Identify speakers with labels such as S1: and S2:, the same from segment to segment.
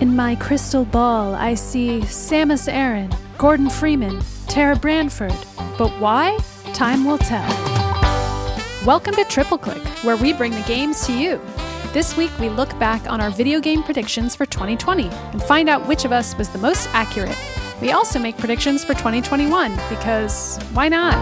S1: In my crystal ball, I see Samus Aran, Gordon Freeman, Tara Branford. But why? Time will tell. Welcome to Triple Click, where we bring the games to you. This week, we look back on our video game predictions for 2020 and find out which of us was the most accurate. We also make predictions for 2021 because why not?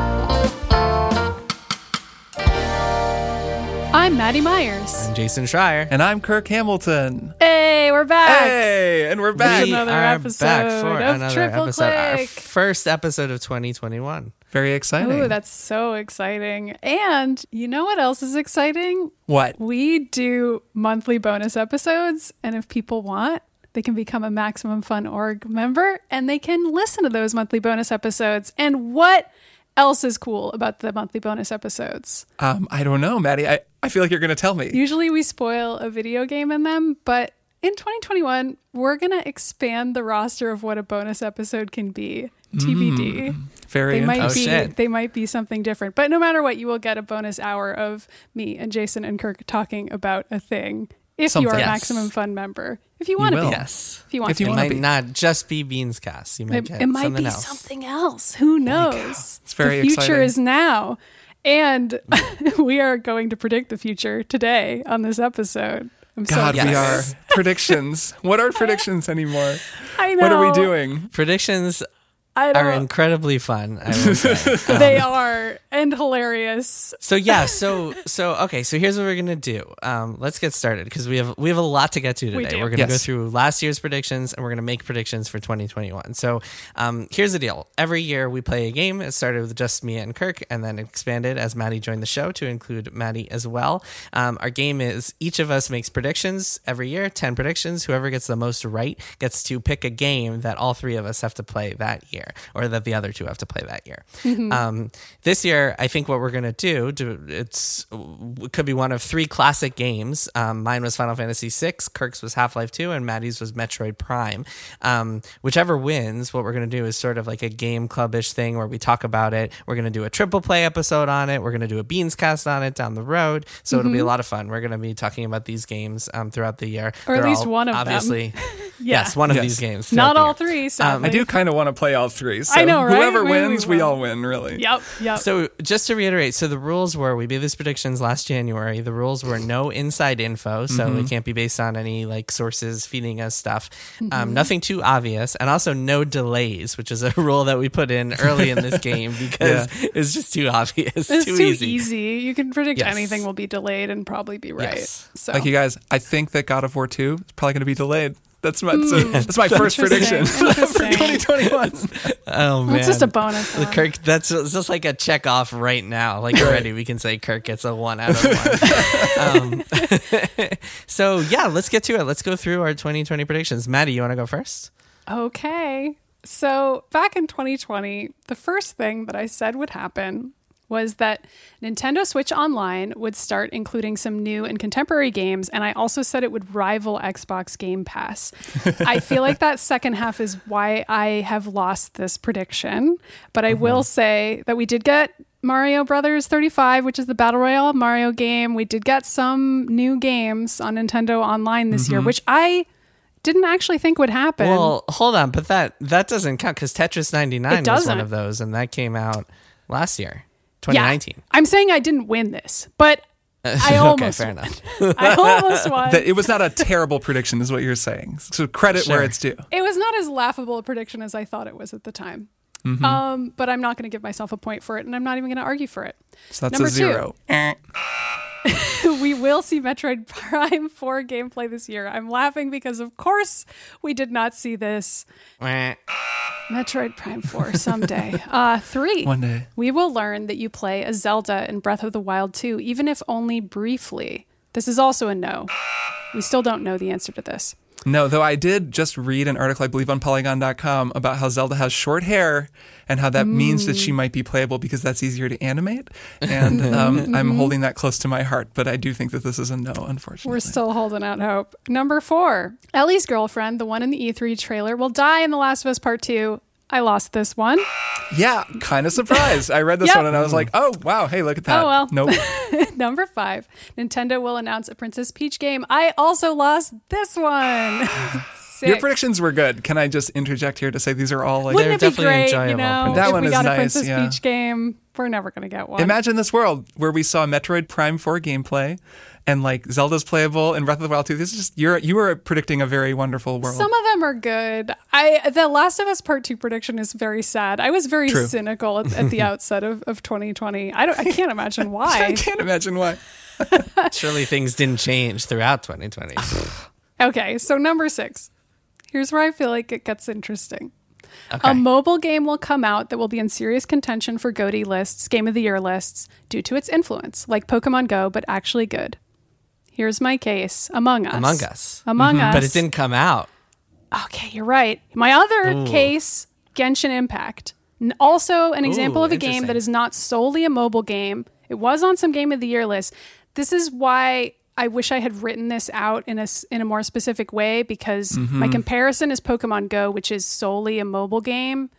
S1: I'm Maddie Myers.
S2: Jason Schreier.
S3: And I'm Kirk Hamilton.
S1: Hey, we're back.
S3: Hey, and we're back.
S1: another episode of Triple
S2: Our
S1: Click.
S2: first episode of 2021.
S3: Very exciting.
S1: Ooh, that's so exciting. And you know what else is exciting?
S3: what?
S1: We do monthly bonus episodes, and if people want, they can become a Maximum Fun Org member and they can listen to those monthly bonus episodes. And what else is cool about the monthly bonus episodes?
S3: Um, I don't know, Maddie. I, I feel like you're going to tell me.
S1: Usually we spoil a video game in them, but in 2021, we're going to expand the roster of what a bonus episode can be. TBD.
S3: Very
S1: They might
S3: interesting.
S2: Oh,
S1: be
S2: shit.
S1: they might be something different. But no matter what, you will get a bonus hour of me and Jason and Kirk talking about a thing if you are
S3: Something.
S1: a
S3: Yes.
S1: maximum fun member. If you want to be.
S3: will.
S2: Yes.
S1: If you want
S3: If you
S1: to.
S2: It
S3: wanna
S2: might
S3: be.
S2: not just be Beans Cast. You might
S1: it,
S2: get
S1: it might
S2: something
S1: be
S2: else.
S1: something else. Who knows?
S3: It's very
S1: the future
S3: exciting.
S1: is now. And we are going to predict the future today on this episode. I'm so
S3: God, we are.
S2: Yes.
S3: predictions. What are predictions anymore?
S1: I know.
S3: What are we doing?
S2: Predictions
S1: I
S2: are
S1: don't,
S2: incredibly fun. I will say.
S1: they
S3: um,
S1: are and hilarious.
S2: so yeah, so so okay, so here's what we're gonna do. Um, let's get started because we have we have a lot to get to today.
S1: do.
S2: are gonna go
S3: Yes.
S2: through last year's predictions and we're gonna make predictions for 2021. So um, here's the deal: every year we play a game. It started with just me and Kirk, and then expanded as Maddie joined the show to include Maddie as well. Um, our game is each of us makes predictions every year, ten predictions. Whoever gets the most right gets to pick a game that all three of us have to play that year, or that the other two have to play that year. Um, this year, I think what we're gonna do, do it's it could be one of three classic games. Um, mine was Final Fantasy VI, Kirk's was Half Life Two, and Maddie's was Metroid Prime. Um, whichever wins, what we're gonna do is sort of like a game clubish thing where we talk about it. We're gonna do a triple play episode on it. We're gonna do a beans cast on it down the road. So it'll be
S1: Mm-hmm.
S2: a lot of fun. We're gonna be talking about these games um, throughout the year,
S1: Or at least one of them.
S2: obviously,
S1: Yeah.
S2: Yes, one of
S3: Yes.
S2: these games.
S1: Not
S2: throughout the
S1: all
S2: year.
S1: three.
S3: Um, I
S1: sadly.
S3: do kind of want to play all three. So
S1: I know, right?
S3: whoever
S1: We- we
S3: wins, we,
S1: will.
S3: all win, really.
S1: Yep. Yep.
S2: So just to reiterate, so the rules were we made these predictions last January. The rules were no inside info, so
S1: Mm-hmm.
S2: it can't be based on any like sources feeding us stuff.
S1: Mm-hmm.
S2: Um, nothing too obvious, and also no delays, which is a rule that we put in early in this game because it's just too obvious,
S1: it's
S2: too,
S1: too,
S2: easy.
S1: easy. You can predict
S2: Yes.
S1: anything will be delayed and probably be right.
S2: Yes.
S1: So
S3: Like, you guys, I think that God of War 2 is probably going to be delayed. That's my, so-
S1: Mm.
S3: that's my first prediction
S1: Interesting,
S3: for
S1: interesting.
S3: 2021.
S2: Oh man,
S1: Well, it's just a bonus.
S2: The
S1: one.
S2: Kirk, that's it's just like a check off right now. Like already, we can say Kirk gets a one out of one. um, so yeah, let's get to it. Let's go through our 2020 predictions. Maddie, you want to go first?
S1: Okay. So back in 2020, the first thing that I said would happen was that Nintendo Switch Online would start including some new and contemporary games, and I also said it would rival Xbox Game Pass. I feel like that second half is why I have lost this prediction, but I will say that we did get Mario Brothers 35, which is the Battle Royale Mario game. We did get some new games on Nintendo Online this year, which I didn't actually think would happen.
S2: Well, hold on, but that that doesn't count because Tetris 99
S1: It
S2: was one
S1: doesn't.
S2: of those, and that came out last year,
S1: Yeah.
S2: 2019.
S1: I'm saying I didn't win this, but I almost
S2: okay, fair
S1: won.
S2: enough.
S1: I almost won.
S3: that it was not a terrible prediction, is what you're saying. So credit
S2: Sure.
S3: where it's due.
S1: it was not as laughable a prediction as I thought it was at the time.
S2: Mm-hmm.
S1: Um, but I'm not going to give myself a point for it, and I'm not even going to argue for it.
S3: So that's
S1: Number
S3: a
S1: two.
S3: zero. Eh.
S1: we will see Metroid Prime 4 gameplay this year. I'm laughing because, of course, we did not see this.
S2: Meh.
S1: Metroid Prime 4 someday. uh, three.
S3: One day.
S1: We will learn that you play a Zelda in Breath of the Wild 2, even if only briefly. This is also a no. We still don't know the answer to this.
S3: No, though I did just read an article, I believe, on Polygon.com about how Zelda has short hair and how that means that she
S1: Mm.
S3: might be playable because that's easier to animate. And um, I'm holding that close to my heart, but I do think that this is a no, unfortunately.
S1: Mm-hmm. We're still holding out hope. Number four, Ellie's girlfriend, the one in the E3 trailer, will die in The Last of Us Part 2. I lost this one.
S3: yeah, kind of surprised. I read this
S1: Yep.
S3: one and I was like, oh, wow, hey, look at that.
S1: Oh, well.
S3: Nope.
S1: Number five, Nintendo will announce a Princess Peach game. I also lost this one. sick.
S3: Your predictions were good. Can I just interject here to say these are all like
S1: Wouldn't it be
S2: definitely
S1: great? You
S2: enjoyable
S1: know,
S2: predictions.
S3: That
S1: if
S3: one
S1: we
S3: is
S1: got a
S3: nice,
S1: Princess
S3: yeah.
S1: Peach game, we're never gonna get one.
S3: Imagine this world where we saw Metroid Prime 4 gameplay and like Zelda's playable and Breath of the Wild 2. This is just you're you are predicting a very wonderful world.
S1: Some of them are good. I the Last of Us Part Two prediction is very sad. I was very
S3: True.
S1: cynical at, at the outset of, of 2020. I don't. I can't imagine
S3: I
S1: why.
S3: can't imagine why.
S2: Surely things didn't change throughout 2020.
S1: Okay, so number six. Here's where I feel like it gets interesting.
S2: Okay.
S1: A mobile game will come out that will be in serious contention for GOTY lists, Game of the Year lists, due to its influence, like Pokemon Go, but actually good. Here's my case Among Us.
S2: Among Us. Mhm.
S1: Among Us.
S2: But it didn't come out.
S1: Okay, you're right. My other case, Genshin Impact. N- Also, an example of a game
S2: interesting.
S1: that is not solely a mobile game. It was on some Game of the Year list. This is why I wish I had written this out in a, s- in a more specific way because my comparison is Pokemon Go, which is solely a mobile game.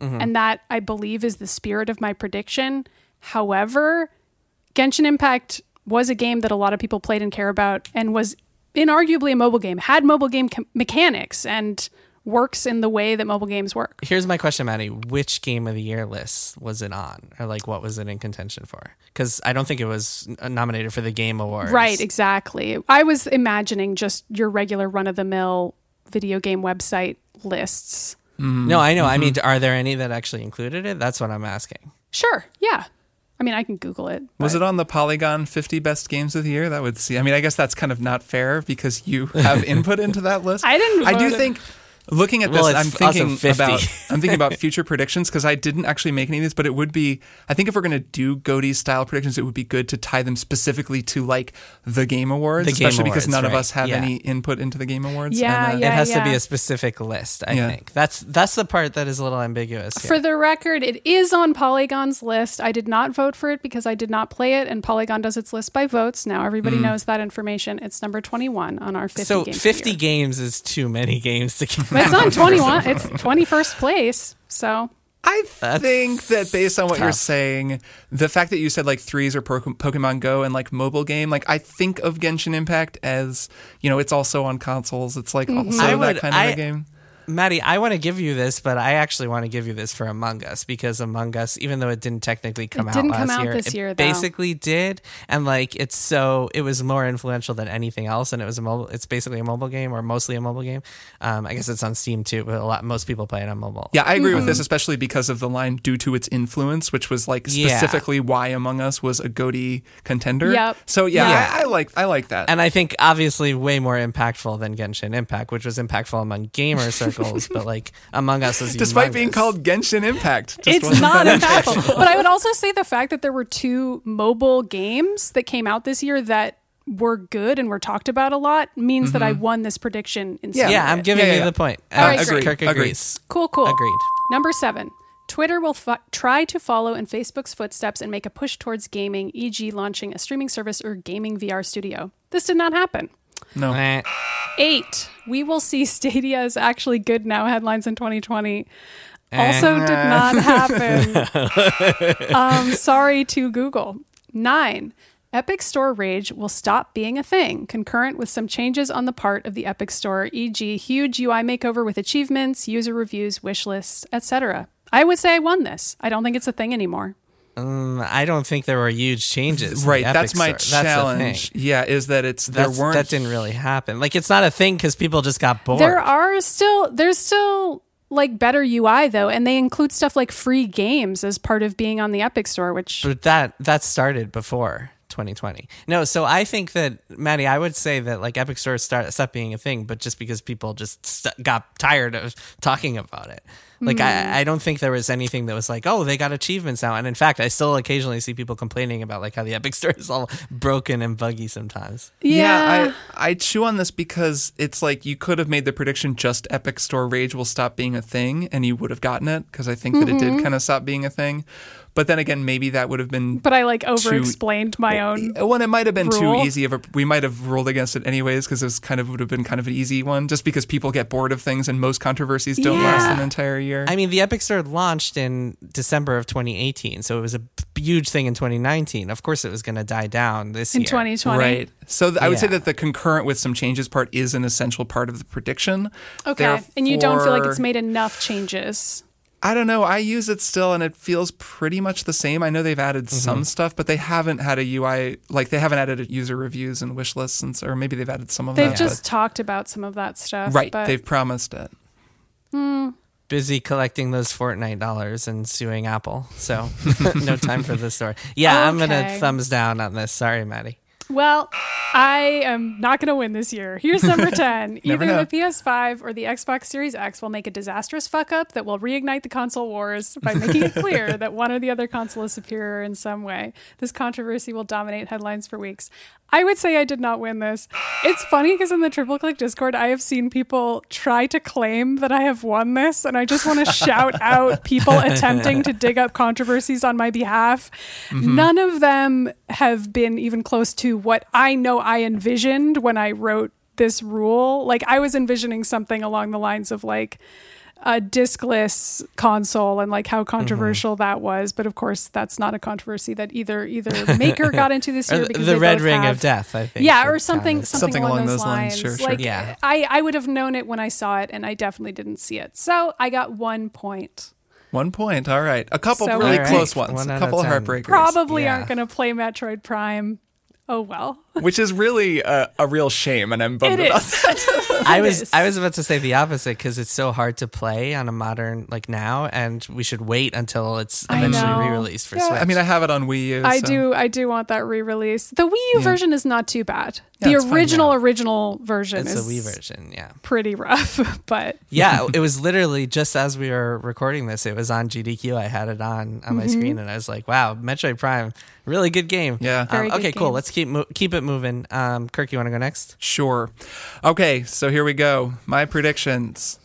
S1: And that I believe is the spirit of my prediction. However, Genshin Impact was a game that a lot of people played and care about and was inarguably a mobile game, had mobile game com- mechanics and works in the way that mobile games work.
S2: Here's my question, Maddie. Which game of the year list was it on? Or like what was it in contention for? Because I don't think it was n- uh, nominated for the Game Awards.
S1: Right, exactly. I was imagining just your regular run of the mill video game website lists.
S2: No, I know. I mean, are there any that actually included it? That's what I'm asking.
S1: Sure, yeah. I mean, I can Google it.
S3: Was it on the Polygon 50 best games of the year? That would see. I mean, I guess that's kind of not fair because you have input into that list.
S1: I didn't
S3: I do
S1: vote.
S3: think looking at this,
S2: Well,
S3: I'm
S2: it's also
S3: thinking
S2: 50.
S3: about I'm thinking about future predictions because I didn't actually make any of these, but it would be I think if we're going to do Goaty style predictions, it would be good to tie them specifically to like the Game Awards,
S2: The Game
S3: especially because
S2: Awards,
S3: none of
S2: right.
S3: us have
S2: Yeah.
S3: any input into the Game Awards.
S1: Yeah,
S3: and, uh,
S1: yeah.
S2: it has to be a specific list, I
S3: Yeah.
S2: think. That's that's the part that is a little ambiguous. here.
S1: For the record, it is on Polygon's list. I did not vote for it because I did not play it, and Polygon does its list by votes. Now everybody knows that information. It's number 21 on our 50
S2: so
S1: games of the
S2: 50
S1: year.
S2: games is too many games to count.
S1: But it's on 21. It's 21st place. So
S3: I
S2: That's
S3: think that based on what you're
S2: tough.
S3: saying, the fact that you said like threes or Pro- Pokemon Go and like mobile game, like I think of Genshin Impact as you know it's also on consoles. It's like also
S2: I
S3: that
S2: would-
S3: kind of
S2: I-
S3: a game.
S2: Maddie, I want to give you this, but I actually want to give you this for Among Us because Among Us, even though it didn't technically come
S1: It
S2: out
S1: didn't
S2: last
S1: come out
S2: year,
S1: this
S2: it
S1: year, though.
S2: basically did, and like it's so it was more influential than anything else, and it was a mobile. It's basically a mobile game or mostly a mobile game. Um, I guess it's on Steam too, but a lot most people play it on mobile.
S3: Yeah, I agree with this, especially because of the line due to its influence, which was like
S2: Yeah.
S3: specifically why Among Us was a goatee contender.
S1: Yep.
S3: So yeah,
S2: Yeah.
S3: I, I like I like that.
S2: And I think obviously way more impactful than Genshin Impact, which was impactful among gamer circles, but like Among Us is
S3: Despite
S2: humongous.
S3: being called Genshin Impact, just
S1: it's
S3: wasn't
S1: not
S3: that
S1: impactful. but I would also say the fact that there were two mobile games that came out this year that were good and were talked about a lot means that I won this prediction instead.
S2: yeah, I'm giving
S3: Yeah, yeah,
S2: you
S3: yeah.
S2: the point.
S1: All right,
S2: Uh,
S1: great.
S2: Kirk
S3: Agreed,
S2: agrees.
S1: Cool, cool.
S2: Agreed.
S1: Number seven. Twitter will fo- try to follow in Facebook's footsteps and make a push towards gaming, e.g., launching a streaming service or gaming VR studio. This did not happen.
S3: no.
S2: Eh.
S1: Eight, we will see Stadia is actually good now headlines in 2020. Also, did not happen. um, sorry to Google. Nine, Epic Store Rage will stop being a thing, concurrent with some changes on the part of the Epic Store, e.g., huge UI makeover with achievements, user reviews, wish lists, etc. I would say I won this. I don't think it's a thing anymore.
S2: I don't think there were huge changes. in
S3: Right,
S2: the
S3: that's
S2: Epic
S3: my
S2: Store. That's the
S3: challenge.
S2: thing.
S3: yeah, is that it's
S2: That's-
S3: there weren't
S2: that didn't really happen. Like it's not a thing because people just got bored.
S1: There are still there's still like better UI though, and they include stuff like free games as part of being on the Epic Store, which
S2: but that that started before 2020. No, so I think that Maddie, I would say that like Epic Store start stopped being a thing, but just because people just st- got tired of talking about it. Like I, I don't think there was anything that was like, oh, they got achievements now. And in fact, I still occasionally see people complaining about like how the Epic Store is all broken and buggy sometimes.
S1: yeah,
S3: I, I chew on this because it's like you could have made the prediction just Epic
S1: Mm-hmm.
S3: Store Rage will stop being a thing and you would have gotten it because I think that it did kind of stop being a thing. But then again, maybe that would have been
S1: But I like over explained my own.
S3: Well, and it might have been
S1: rule.
S3: too easy of a. We might have ruled against it anyways because it was kind of would have been kind of an easy one, just because people get bored of things and most controversies don't
S1: Yeah.
S3: last an entire year.
S2: I mean, the Epic Store launched in December of 2018, so it was a b- huge thing in 2019. Of course, it was going to die down this
S1: In
S2: year.
S1: 2020.
S3: Right. So th- I would say
S2: Yeah.
S3: that the concurrent with some changes part is an essential part of the prediction.
S1: Okay. and you don't feel like
S3: Therefore-
S1: it's made enough changes.
S3: I don't know. I use it still, and it feels pretty much the same. I know they've added some stuff, but they haven't had a UI like they haven't added user reviews and wish lists, and so, or maybe they've added some of
S1: They've
S3: that.
S1: just talked about some of that
S3: but-
S1: stuff.
S3: right.
S1: But
S3: They've promised it.
S2: Busy collecting those Fortnite dollars and suing Apple, so no time for this story. Yeah, I'm going
S1: Okay.
S2: to thumbs down on this. Sorry, Maddie.
S1: Well, I am not going to win this year. Here's number 10.
S3: Never
S1: Either
S3: know.
S1: the PS5 or the Xbox Series X will make a disastrous fuck up that will reignite the console wars by making it clear that one or the other console is superior in some way. This controversy will dominate headlines for weeks. I would say I did not win this. It's funny because in the Triple Click Discord, I have seen people try to claim that I have won this, and I just want to shout out people attempting to dig up controversies on my behalf. None of them have been even close to what I know I envisioned when I wrote this rule. Like, I was envisioning something along the lines of like, a discless console and like how controversial that was, but of course that's not a controversy that either either maker got into this
S2: Or
S1: year
S2: the-
S1: because
S2: the
S1: they
S2: Red
S1: both
S2: Ring
S1: have-
S2: of Death, I think.
S1: yeah,
S2: that
S1: or something,
S2: counted.
S1: something,
S3: Something
S1: along, those, lines.
S3: Sure, sure.
S1: Like
S2: Yeah.
S1: I, I would have known it when I saw it, and I definitely didn't see it. So I got one point.
S3: One point. All right. A couple
S1: So- All
S3: really
S1: right.
S3: close ones.
S2: One
S3: a
S2: out
S3: couple
S2: of 10.
S3: heartbreakers.
S1: Probably
S2: yeah.
S1: aren't going to play Metroid Prime. Oh well,
S3: Which is really a, a real shame, and I'm bummed
S1: it
S3: about
S1: is.
S2: I
S1: It
S2: was
S1: is.
S2: I was about to say the opposite because it's so hard to play on a modern like now, and we should wait until it's
S1: I know.
S2: eventually re released for
S3: Yeah,
S2: Switch.
S3: I mean, I have it on Wii U.
S1: I
S3: so-
S1: do. I do want that re-release. The Wii U version is not too bad.
S3: Yeah, it's
S1: the
S3: fine
S1: original
S2: now.
S1: original version
S2: it's the
S1: is
S2: Wii version, yeah.
S1: pretty rough, but
S2: Yeah, it was literally just as we were recording this, it was on GDQ. I had it on on my
S1: Mm-hmm.
S2: screen, and I was like, "Wow, Metroid Prime, really good game."
S3: Yeah.
S2: Um,
S1: Very good
S2: okay, cool.
S1: game.
S2: Let's keep mo- keep it moving. Um, Kirk, you want to go next?
S3: Sure. Okay, so here we go. My predictions.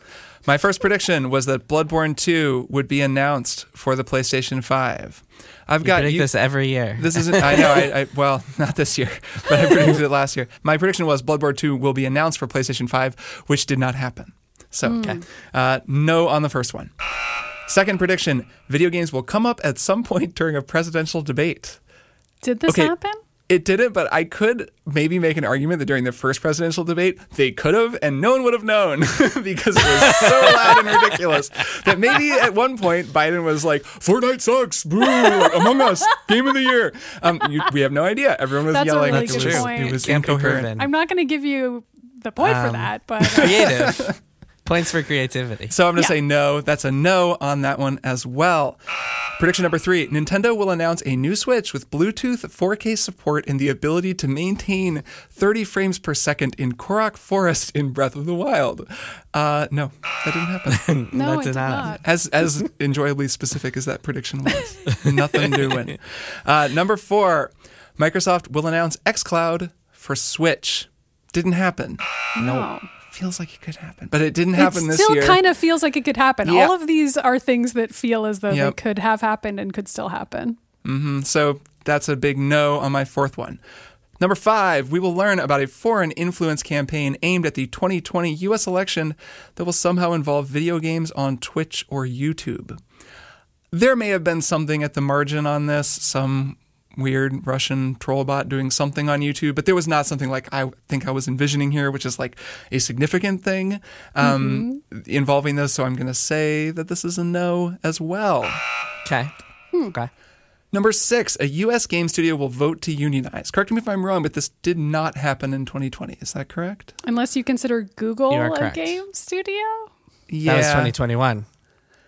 S3: My first prediction was that Bloodborne 2 would be announced for the PlayStation 5. I've
S2: I
S3: got
S2: predict
S3: you-
S2: this every year.
S3: This isn't. I know. I, I well, not this year, but I predicted it last year. My prediction was Bloodborne 2 will be announced for PlayStation 5, which did not happen. So, uh, no on the first one. Second prediction: video games will come up at some point during a presidential debate.
S1: did this
S3: Okay.
S1: happen?
S3: It didn't, but I could maybe make an argument that during the first presidential debate, they could have, and no one would have known because it was so loud and ridiculous that maybe at one point Biden was like, Fortnite sucks, boo, Among Us, game of the year. Um, you, we have no idea. Everyone was
S1: That's a
S3: yelling.
S1: really
S3: it,
S1: good
S3: was,
S1: point.
S3: it was
S2: Can't be
S3: incoherent.
S2: proven.
S1: I'm not going to give you the point for
S2: Um,
S1: that, but uh,
S2: creative points for creativity.
S3: So I'm going to
S1: Yeah.
S3: say no. That's a no on that one as well. Prediction number three Nintendo will announce a new Switch with Bluetooth 4K support and the ability to maintain 30 frames per second in Korok Forest in Breath of the Wild. Uh, no, that didn't happen.
S1: no,
S2: That
S1: it
S2: did
S1: did
S2: not.
S1: not.
S3: As, as enjoyably specific as that prediction was, nothing doing. Uh, number four, Microsoft will announce xCloud for Switch. Didn't happen.
S1: No.
S3: Feels like it could happen, but it didn't
S1: It
S3: happen this
S1: still
S3: year.
S1: kind of feels like it could happen.
S3: Yeah.
S1: All of these are things that feel as though
S3: Yep.
S1: they could have happened and could still happen.
S3: Mm-hmm. So that's a big no on my fourth one. Number five, we will learn about a foreign influence campaign aimed at the 2020 US election that will somehow involve video games on Twitch or YouTube. There may have been something at the margin on this, some weird Russian troll bot doing something on YouTube, but there was not something like I think I was envisioning here, which is like a significant thing um, involving this. So I'm going to say that this is a no as well.
S2: Okay.
S1: Hmm.
S2: Okay.
S3: Number six, a U.S. game studio will vote to unionize. Correct me if I'm wrong, but this did not happen in 2020. Is that correct?
S1: Unless you consider Google
S2: You are
S1: a
S2: correct.
S1: game studio.
S3: Yeah.
S2: That was 2021.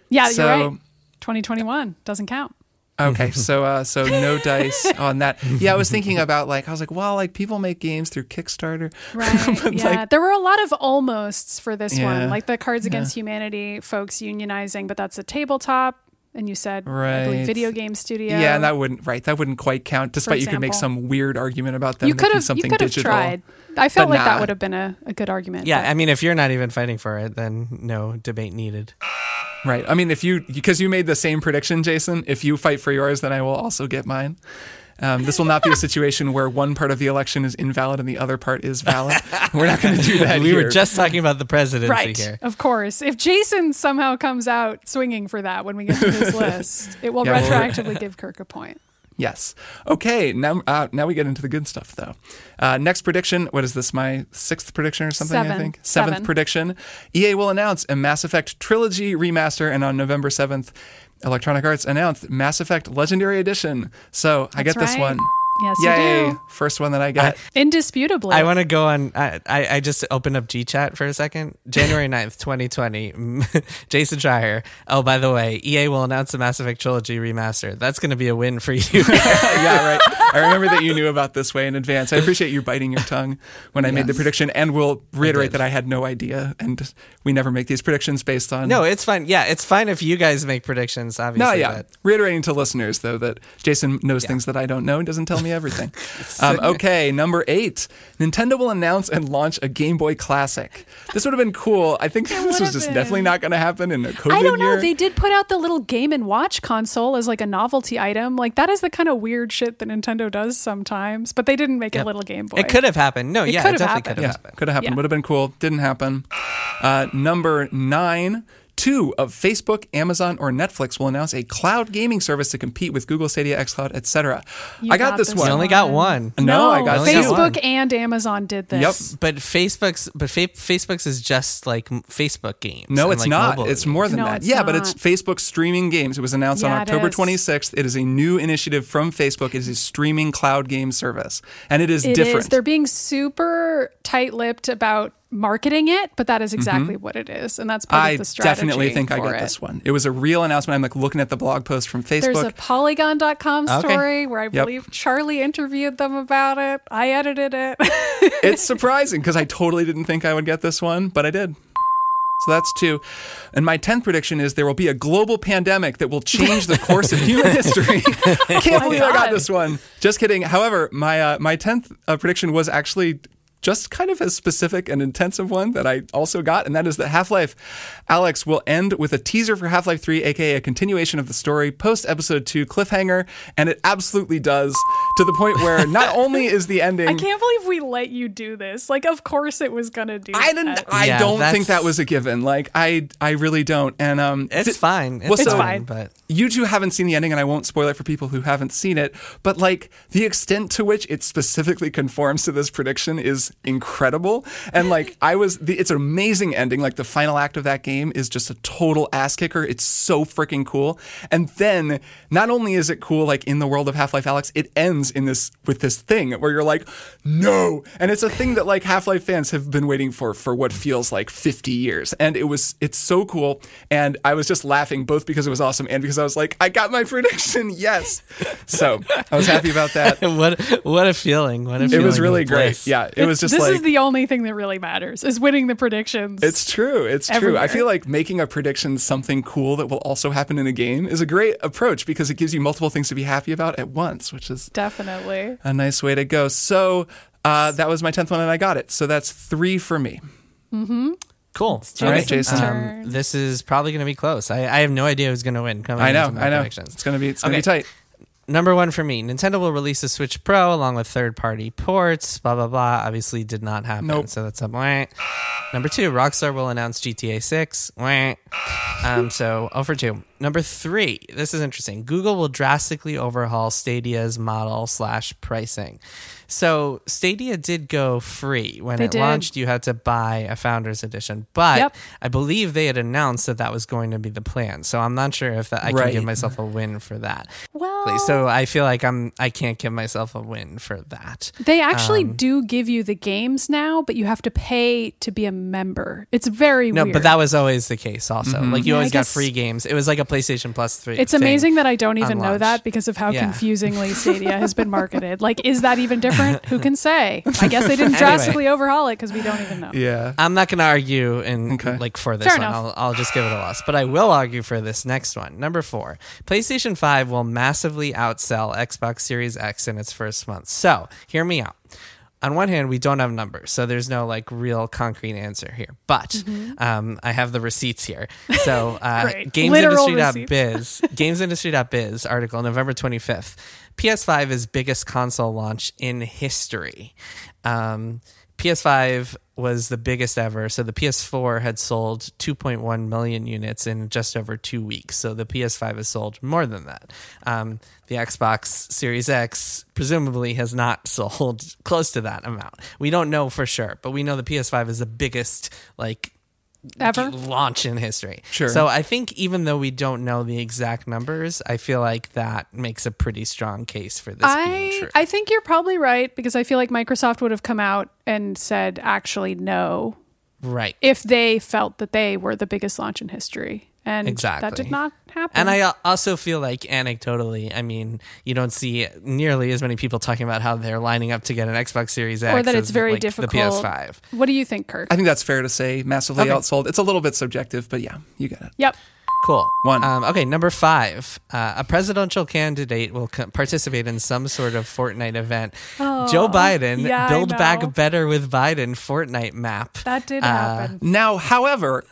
S1: Yeah,
S3: So-
S1: you're right. 2021 doesn't count.
S3: Okay, so uh, so no dice on that. Yeah, I was thinking about like I was like, well, like people make games through Kickstarter.
S1: Right.
S3: But,
S1: yeah.
S3: like-
S1: there were a lot of almosts for this
S3: Yeah.
S1: one, like the Cards Against Humanity folks unionizing, but that's a tabletop. And you said, I
S3: Right.
S1: believe, video game studio.
S3: Yeah, and that wouldn't right. That wouldn't quite count. Despite you could make
S1: example.
S3: some weird argument about them
S1: you could
S3: making
S1: have you
S3: something
S1: could have
S3: digital.
S1: tried. I felt
S3: but
S1: like that
S3: nah.
S1: would have been a, a good argument.
S2: Yeah,
S1: but-
S2: I mean, if you're not even fighting for it, then no debate needed.
S3: Right. I mean, if you because you made the same prediction, Jason. If you fight for yours, then I will also get mine. Um, this will not be a situation where one part of the election is invalid and the other part is valid. We're not going to do that.
S2: we
S3: here.
S2: were just talking about the presidency
S1: Right.
S2: here.
S1: Of course. If Jason somehow comes out swinging for that when we get to his list, it will
S3: Yeah, well-
S1: retroactively give Kirk a point.
S3: Yes. Okay. Now, uh, now we get into the good stuff, though. Uh, next prediction. What is this? My sixth prediction or something? I
S1: Seven.
S3: think
S1: Seven.
S3: seventh prediction. EA will announce a Mass Effect trilogy remaster, and on November seventh, Electronic Arts announced Mass Effect Legendary Edition. So I
S1: That's
S3: get this
S1: right.
S3: one.
S1: Yes,
S3: Yay!
S1: you do.
S3: First one that I got.
S1: Indisputably.
S2: I want to go on. I, I, I just opened up GChat for a second. January 9th, 2020. Jason Schreier. Oh, by the way, EA will announce the Mass Effect Trilogy remaster. That's going to be a win for you.
S3: yeah, right. I remember that you knew about this way in advance. I appreciate you biting your tongue when I made the prediction, and we'll reiterate that I had no idea, and we never make these predictions based on
S2: no, it's fine. Yeah, it's fine if you guys make predictions, obviously.
S3: No, yeah.
S2: but-
S3: Reiterating to listeners, though, that Jason knows things that I don't know and doesn't tell me everything. um, okay, number eight Nintendo will announce and launch a Game Boy Classic. This would have been cool. I think this was
S1: would've
S3: just
S1: been.
S3: definitely not going to happen in a COVID
S1: I don't know.
S3: year.
S1: They did put out the little game and watch console as like a novelty item. Like that is the kind of weird shit that Nintendo does sometimes, but they didn't make a little Game Boy.
S2: It could have happened. No,
S1: It
S2: yeah,
S1: could
S2: it
S1: have happened.
S2: definitely could
S3: yeah,
S2: have happened.
S3: could have happened.
S1: Yeah.
S3: Would have been cool. Didn't happen. Uh, number nine. Two of Facebook, Amazon, or Netflix will announce a cloud gaming service to compete with Google Stadia, XCloud, etc.
S1: You
S3: I got, this one.
S2: You only got one.
S3: No, I got
S2: two.
S1: Facebook and Amazon did this.
S2: But Facebook's but fa- Facebook's is just like m- Facebook games.
S3: No,
S2: and,
S3: it's
S2: like,
S3: not.
S2: mobile
S3: It's
S2: games.
S3: more than
S1: No,
S3: that.
S1: it's
S3: yeah, but it's
S1: not.
S3: Facebook streaming games. It was announced on
S1: Yeah, it
S3: October
S1: is.
S3: 26th. It is a new initiative from Facebook. It is a streaming cloud game service, and it is
S1: It
S3: different.
S1: is- They're being super tight-lipped about marketing it, but that is exactly what it is, and that's part
S3: Mm-hmm. I
S1: of the strategy.
S3: definitely think I
S1: for
S3: got
S1: it.
S3: this one. It was a real announcement. I'm like looking at the blog post from
S1: There's
S3: Facebook.
S1: a Polygon.com
S2: Okay.
S1: story where I believe Charlie interviewed them about it. I edited it.
S3: it's surprising because I totally didn't think I would get this one, but I did. So that's two. And my 10th prediction is there will be a global pandemic that will change the course of human history. Can't
S1: Oh my
S3: believe I got
S1: God.
S3: this one. Just kidding. However, my uh, my 10th uh, prediction was actually just kind of a specific and intensive one that I also got, and that is that Half Life Alex will end with a teaser for Half Life 3, aka a continuation of the story post episode 2 cliffhanger, and it absolutely does to the point where not only is the ending.
S1: I can't believe we let you do this. Like, of course it was gonna do.
S3: I didn't.
S1: that.
S3: I
S2: Yeah,
S3: don't
S2: that's-
S3: think that was a given. Like I, I really don't. And um,
S2: It's
S3: th-
S2: fine. It's,
S3: Well, so-
S1: fine.
S2: fine. But
S3: You two haven't seen the ending, and I won't spoil it for people who haven't seen it. But like the extent to which it specifically conforms to this prediction is incredible. And like I was, the, it's an amazing ending. Like the final act of that game is just a total ass kicker. It's so freaking cool. And then not only is it cool, like in the world of Half Life Alex, it ends in this with this thing where you're like, no, and it's a thing that like Half Life fans have been waiting for for what feels like 50 years, and it was it's so cool, and I was just laughing both because it was awesome and because I was like, I got my prediction, yes. So I was happy about that.
S2: what what a feeling. What a
S3: It
S2: feeling.
S3: was really
S2: of
S3: great.
S2: bliss.
S3: Yeah, it
S1: It's-
S3: was just
S1: this
S3: like
S1: is the only thing that really matters is winning the predictions.
S3: It's true. It's true. I
S1: Everywhere.
S3: feel like making a prediction something cool that will also happen in a game is a great approach because it gives you multiple things to be happy about at once, which is
S1: definitely.
S3: a nice way to go. So uh, that was my 10th one and I got it. So that's three for me.
S2: Cool.
S1: Jason's
S3: All right, Jason. Um,
S1: turn.
S2: This is probably going to be close. I, I have no idea who's going to win. Coming
S3: I know.
S2: into my
S3: I know.
S2: predictions.
S3: It's going to be, it's going to
S2: Okay.
S3: be tight.
S2: Number one for me, Nintendo will release the Switch Pro along with third-party ports. Blah blah blah. Obviously, did not happen.
S3: Nope.
S2: So that's a wah. Number two, Rockstar will announce GTA Six. Wah. Um, so 0 for two. Number three, this is interesting. Google will drastically overhaul Stadia's model slash pricing. So Stadia did go free when
S1: They
S2: it
S1: did.
S2: launched. You had to buy a Founders Edition, but
S1: Yep.
S2: I believe they had announced that that was going to be the plan. So I'm not sure if that I
S3: Right.
S2: can give myself a win for that.
S1: Well,
S2: So I feel like I'm I can't give myself a win for that.
S1: they actually
S2: um,
S1: do give you the games now, but you have to pay to be a member. It's very
S2: No,
S1: weird.
S2: but that was always the case. Also, like you
S1: Yeah, I
S2: always got
S1: guess-
S2: free games. It was like a PlayStation Plus three.
S1: it's
S2: thing.
S1: amazing that I don't
S2: on
S1: even know
S2: launch.
S1: that because of how
S2: Yeah.
S1: confusingly Stadia has been marketed. Like, is that even different? Who can say? I guess they didn't drastically overhaul it because we don't even know.
S3: Yeah.
S2: I'm not going to argue in
S3: Okay.
S2: like for this
S1: Fair
S2: one. I'll,
S1: enough.
S2: I'll just give it a loss. But I will argue for this next one. Number four, PlayStation Five will massively outsell Xbox Series X in its first month. So hear me out. on one hand, we don't have numbers, so there's no like real concrete answer here. But
S1: Mm-hmm.
S2: um, I have the receipts here. So uh,
S1: Great. Literal
S2: gamesindustry.biz, gamesindustry.biz article, November 25th. PS5 is biggest console launch in history. Um, PS5 was the biggest ever. So the PS4 had sold 2.1 million units in just over two weeks. So the PS5 has sold more than that. Um, the Xbox Series X presumably has not sold close to that amount. We don't know for sure, but we know the PS5 is the biggest like
S1: Ever?
S2: launch in history.
S3: Sure.
S2: So I think even though we don't know the exact numbers, I feel like that makes a pretty strong case for this being
S1: I
S2: true.
S1: I think you're probably right because I feel like Microsoft would have come out and said actually no
S2: right.
S1: if they felt that they were the biggest launch in history. And that
S2: Exactly.
S1: did not happen.
S2: And I al- also feel like anecdotally, I mean, you don't see nearly as many people talking about how they're lining up to get an Xbox Series X
S1: or that
S2: as,
S1: it's very
S2: like,
S1: difficult.
S2: The PS5.
S1: What do you think, Kirk?
S3: I think that's fair to say. Massively
S2: Okay.
S3: outsold. It's a little bit subjective, but yeah, you get it.
S1: yep.
S2: Cool.
S3: One.
S2: Um, okay, number five. Uh, a presidential candidate will co- participate in some sort of Fortnite event. Joe Biden,
S1: Oh, yeah, I
S2: Build
S1: know.
S2: Back Better with Biden Fortnite map.
S1: That did
S2: Uh,
S1: happen.
S3: Now, however,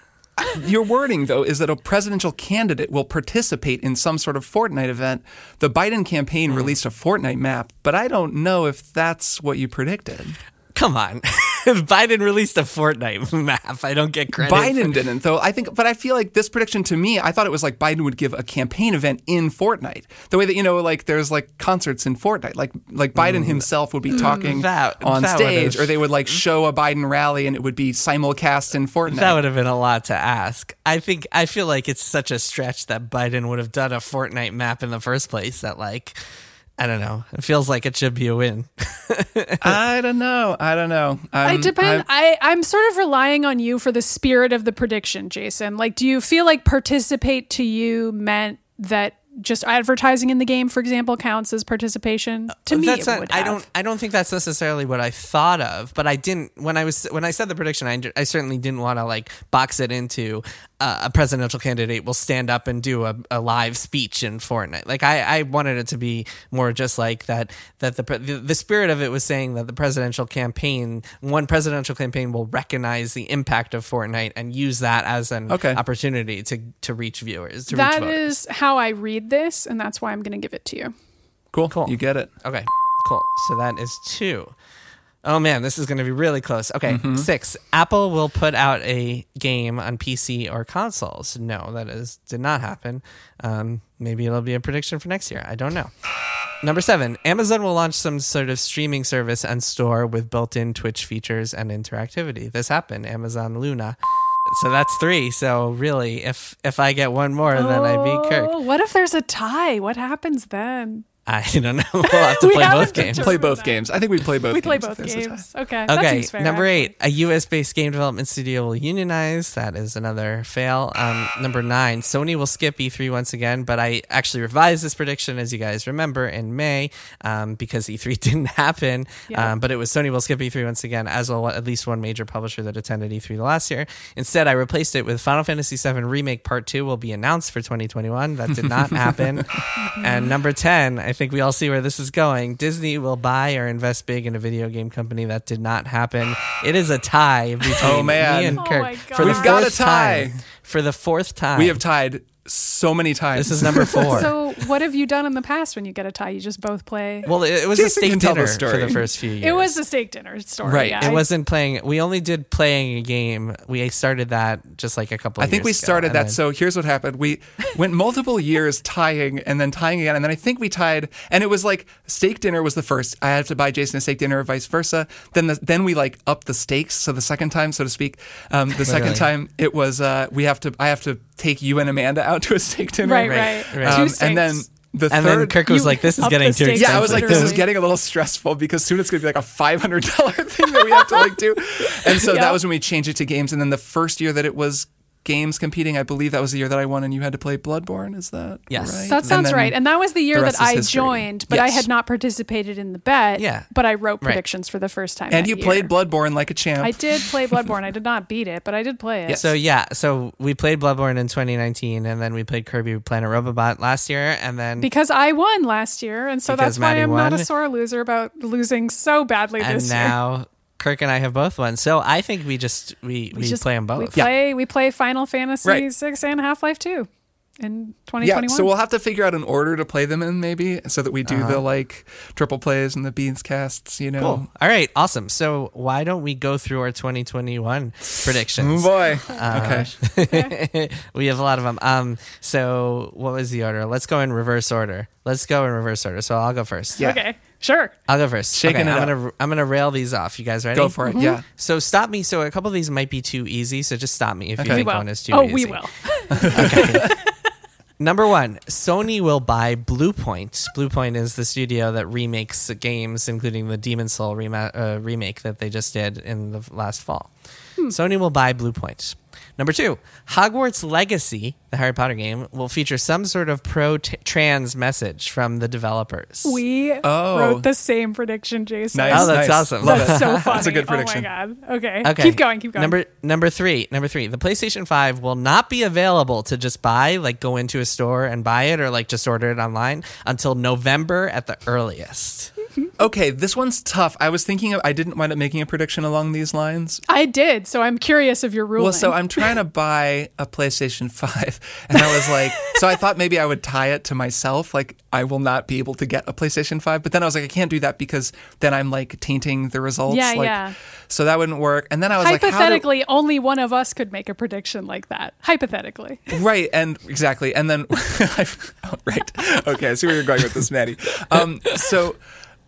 S3: your wording though is that a presidential candidate will participate in some sort of Fortnite event. The Biden
S2: Mm-hmm.
S3: campaign released a Fortnite map, but I don't know if that's what you predicted.
S2: Come on. Biden released a Fortnite map. I don't get credit.
S3: Biden didn't though. I think, but I feel like this prediction to me, I thought it was like Biden would give a campaign event in Fortnite, the way that you know, like there's like concerts in Fortnite, like like Biden himself would be talking
S2: Mm. That-
S3: on
S2: that Mm.
S3: stage,
S2: would've-
S3: or they would like show a Biden rally and it would be simulcast in Fortnite.
S2: That would have been a lot to ask. I think I feel like it's such a stretch that Biden would have done a Fortnite map in the first place that like I don't know. It feels like it should be a win.
S3: I don't know. I don't know.
S1: I
S3: I'm-
S1: depend. I, I'm sort of relying on you for the spirit of the prediction, Jason. Like, do you feel like participate to you meant that just advertising in the game, for example, counts as participation? To me,
S2: Uh, that's
S1: it
S2: not,
S1: would
S2: I
S1: have.
S2: don't I don't think that's necessarily what I thought of, but I didn't when I was when I said the prediction I, I certainly didn't want to like box it into uh, a presidential candidate will stand up and do a, a live speech in Fortnite. Like I, I wanted it to be more just like that that the, pre- the the spirit of it was saying that the presidential campaign one presidential campaign will recognize the impact of Fortnite and use that as an
S3: Okay.
S2: opportunity to to reach viewers to reach
S1: That
S2: voters.
S1: is how I read this, and that's why I'm going to give it to you.
S3: cool. You get it.
S2: Okay, cool. So that is two. Oh man, this is going to be really close. Okay,
S1: Mm-hmm.
S2: six. Apple will put out a game on PC or consoles. No, that is did not happen. Um, maybe it'll be a prediction for next year. I don't know. Number seven, Amazon will launch some sort of streaming service and store with built-in Twitch features and interactivity. This happened, Amazon Luna. So that's three. So really, if if I get one more, then I beat Kirk.
S1: Oh, What if there's a tie? What happens then?
S2: I don't know. We'll have to
S1: We
S2: play
S1: haven't
S2: both games.
S3: Play both games. I think we play both.
S1: We play
S3: games if
S1: both
S3: there's a tie.
S1: games. Okay. That
S2: Okay,
S1: seems fair,
S2: number
S1: actually.
S2: eight, a U.S. based game development studio will unionize. That is another fail. Um, number nine, Sony will skip E3 once again, but I actually revised this prediction, as you guys remember, in May um, because E3 didn't happen.
S1: Yeah.
S2: Um, but it was Sony will skip E3 once again, as will at least one major publisher that attended E3 the last year. Instead, I replaced it with Final Fantasy VII Remake Part 2 will be announced for 2021. That did not happen. and number 10, I think we all see where this is going. Disney will buy or invest big in a video game company. That did not happen. It is a tie between
S3: Oh, man.
S2: me and
S1: Oh,
S2: Kirk.
S1: my God.
S2: for the
S1: We've got
S3: a
S2: fourth
S3: tie.
S2: time. For the fourth time.
S3: We have tied so many times.
S2: this is number four.
S1: So, what have you done in the past when you get a tie? You just both play.
S2: well, it, it was a
S3: Jason
S2: steak
S3: can tell the
S2: dinner for
S3: story.
S2: the first few years.
S1: it was a steak dinner story.
S3: Right.
S1: yeah.
S2: It
S1: I-
S2: wasn't playing. We only did playing a game. We started that just like a couple.
S3: I
S2: Of
S3: think
S2: years
S3: we
S2: ago,
S3: started
S2: and
S3: that.
S2: then-
S3: So here's what happened. We went multiple years tying and then tying again. And then I think we tied. And it was like steak dinner was the first. I had to buy Jason a steak dinner or vice versa. Then the, then we like upped the stakes. So the second time, so to speak, um, the second
S2: Literally.
S3: time it was uh, we have to I have to take you and Amanda out to a steak dinner.
S1: Right,
S2: Right,
S1: right.
S2: right.
S1: Two
S3: Um, and
S1: steaks.
S3: then the
S2: and
S3: third
S2: then Kirk was
S1: You
S2: like, "This is
S1: upped
S2: getting
S1: the
S2: too
S1: stakes
S2: expensive."
S3: Yeah, I was like, this is
S1: Literally.
S3: getting a little stressful because soon it's going to be like a five hundred dollar thing that we have to like do, and so
S1: Yeah.
S3: that was when we changed it to games. And then the first year that it was games competing. I believe that was the year that I won, and you had to play Bloodborne. Is that
S2: Yes.
S3: right?
S1: That
S3: And
S1: sounds
S3: then-
S1: right. And that was the year
S3: the
S1: that
S3: rest is
S1: I
S3: history.
S1: joined, but I
S3: Yes.
S1: had not participated in the bet.
S2: Yeah.
S1: But I wrote
S2: Right.
S1: predictions for the first time.
S3: And
S1: that
S3: you
S1: year.
S3: played Bloodborne like a champ.
S1: I did play Bloodborne. I did not beat it, but I did play it.
S2: So yeah, so we played Bloodborne in 2019, and then we played Kirby Planet Robobot last year, and then
S1: Because I won last year, and so
S2: Because
S1: that's why
S2: Maddie
S1: I'm not
S2: won.
S1: a sore loser about losing so badly
S2: and
S1: this year.
S2: now Kirk and I have both won. So I think we just we we, play them
S1: We
S2: both.
S1: play, we play Final Fantasy
S3: Right.
S1: VI and Half Life 2 in 2021.
S3: yeah, so we'll have to figure out an order to play them in, maybe, so that we do
S2: Uh-huh.
S3: the like triple plays and the beans casts. You know,
S2: Cool. All right, awesome. So why don't we go through our 2021 predictions?
S3: Oh, boy.
S2: Uh,
S3: okay,
S2: we have a lot of them. Um, so what was the order? Let's go in reverse order. Let's go in reverse order. So I'll go first.
S3: yeah,
S1: Okay, sure.
S2: I'll go first.
S3: Shaking
S2: okay,
S3: it
S2: I'm
S3: up.
S2: gonna I'm gonna rail these off. You guys ready?
S3: go for it.
S1: Mm-hmm.
S3: Yeah,
S2: So stop me. So a couple of these might be too easy. So just stop me if you
S3: Okay.
S1: We
S2: think
S1: will.
S2: one is too
S1: oh,
S2: easy.
S1: we will.
S2: Number one, Sony will buy Bluepoint. Bluepoint is the studio that remakes the games, including the Demon Soul rema- uh, remake that they just did in the last fall.
S1: Hmm.
S2: Sony will buy Bluepoint. Number two, Hogwarts Legacy, the Harry Potter game, will feature some sort of pro t- trans message from the developers.
S1: We
S3: Oh.
S1: wrote the same prediction, Jason.
S3: nice.
S2: Oh, that's
S3: nice.
S2: awesome.
S3: Love
S1: That's
S3: it.
S1: so funny.
S3: That's a good prediction.
S1: Oh my god. Okay.
S2: Okay.
S1: Keep going. Keep going.
S2: Number number three. Number three. The PlayStation Five will not be available to just buy, like go into a store and buy it, or like just order it online until November at the earliest.
S3: Okay, this one's tough. I was thinking of, I didn't wind up making a prediction along these lines.
S1: I did. So I'm curious of your ruling.
S3: Well, so I'm trying to buy a PlayStation 5. And I was like, so I thought maybe I would tie it to myself. Like, I will not be able to get a PlayStation 5. But then I was like, I can't do that because then I'm like tainting the results.
S1: Yeah,
S3: like,
S1: yeah.
S3: So that wouldn't work. And then I was like, how do-
S1: hypothetically, only one of us could make a prediction like that. Hypothetically.
S3: right and exactly and then right okay i see where you're going with this maddie um, so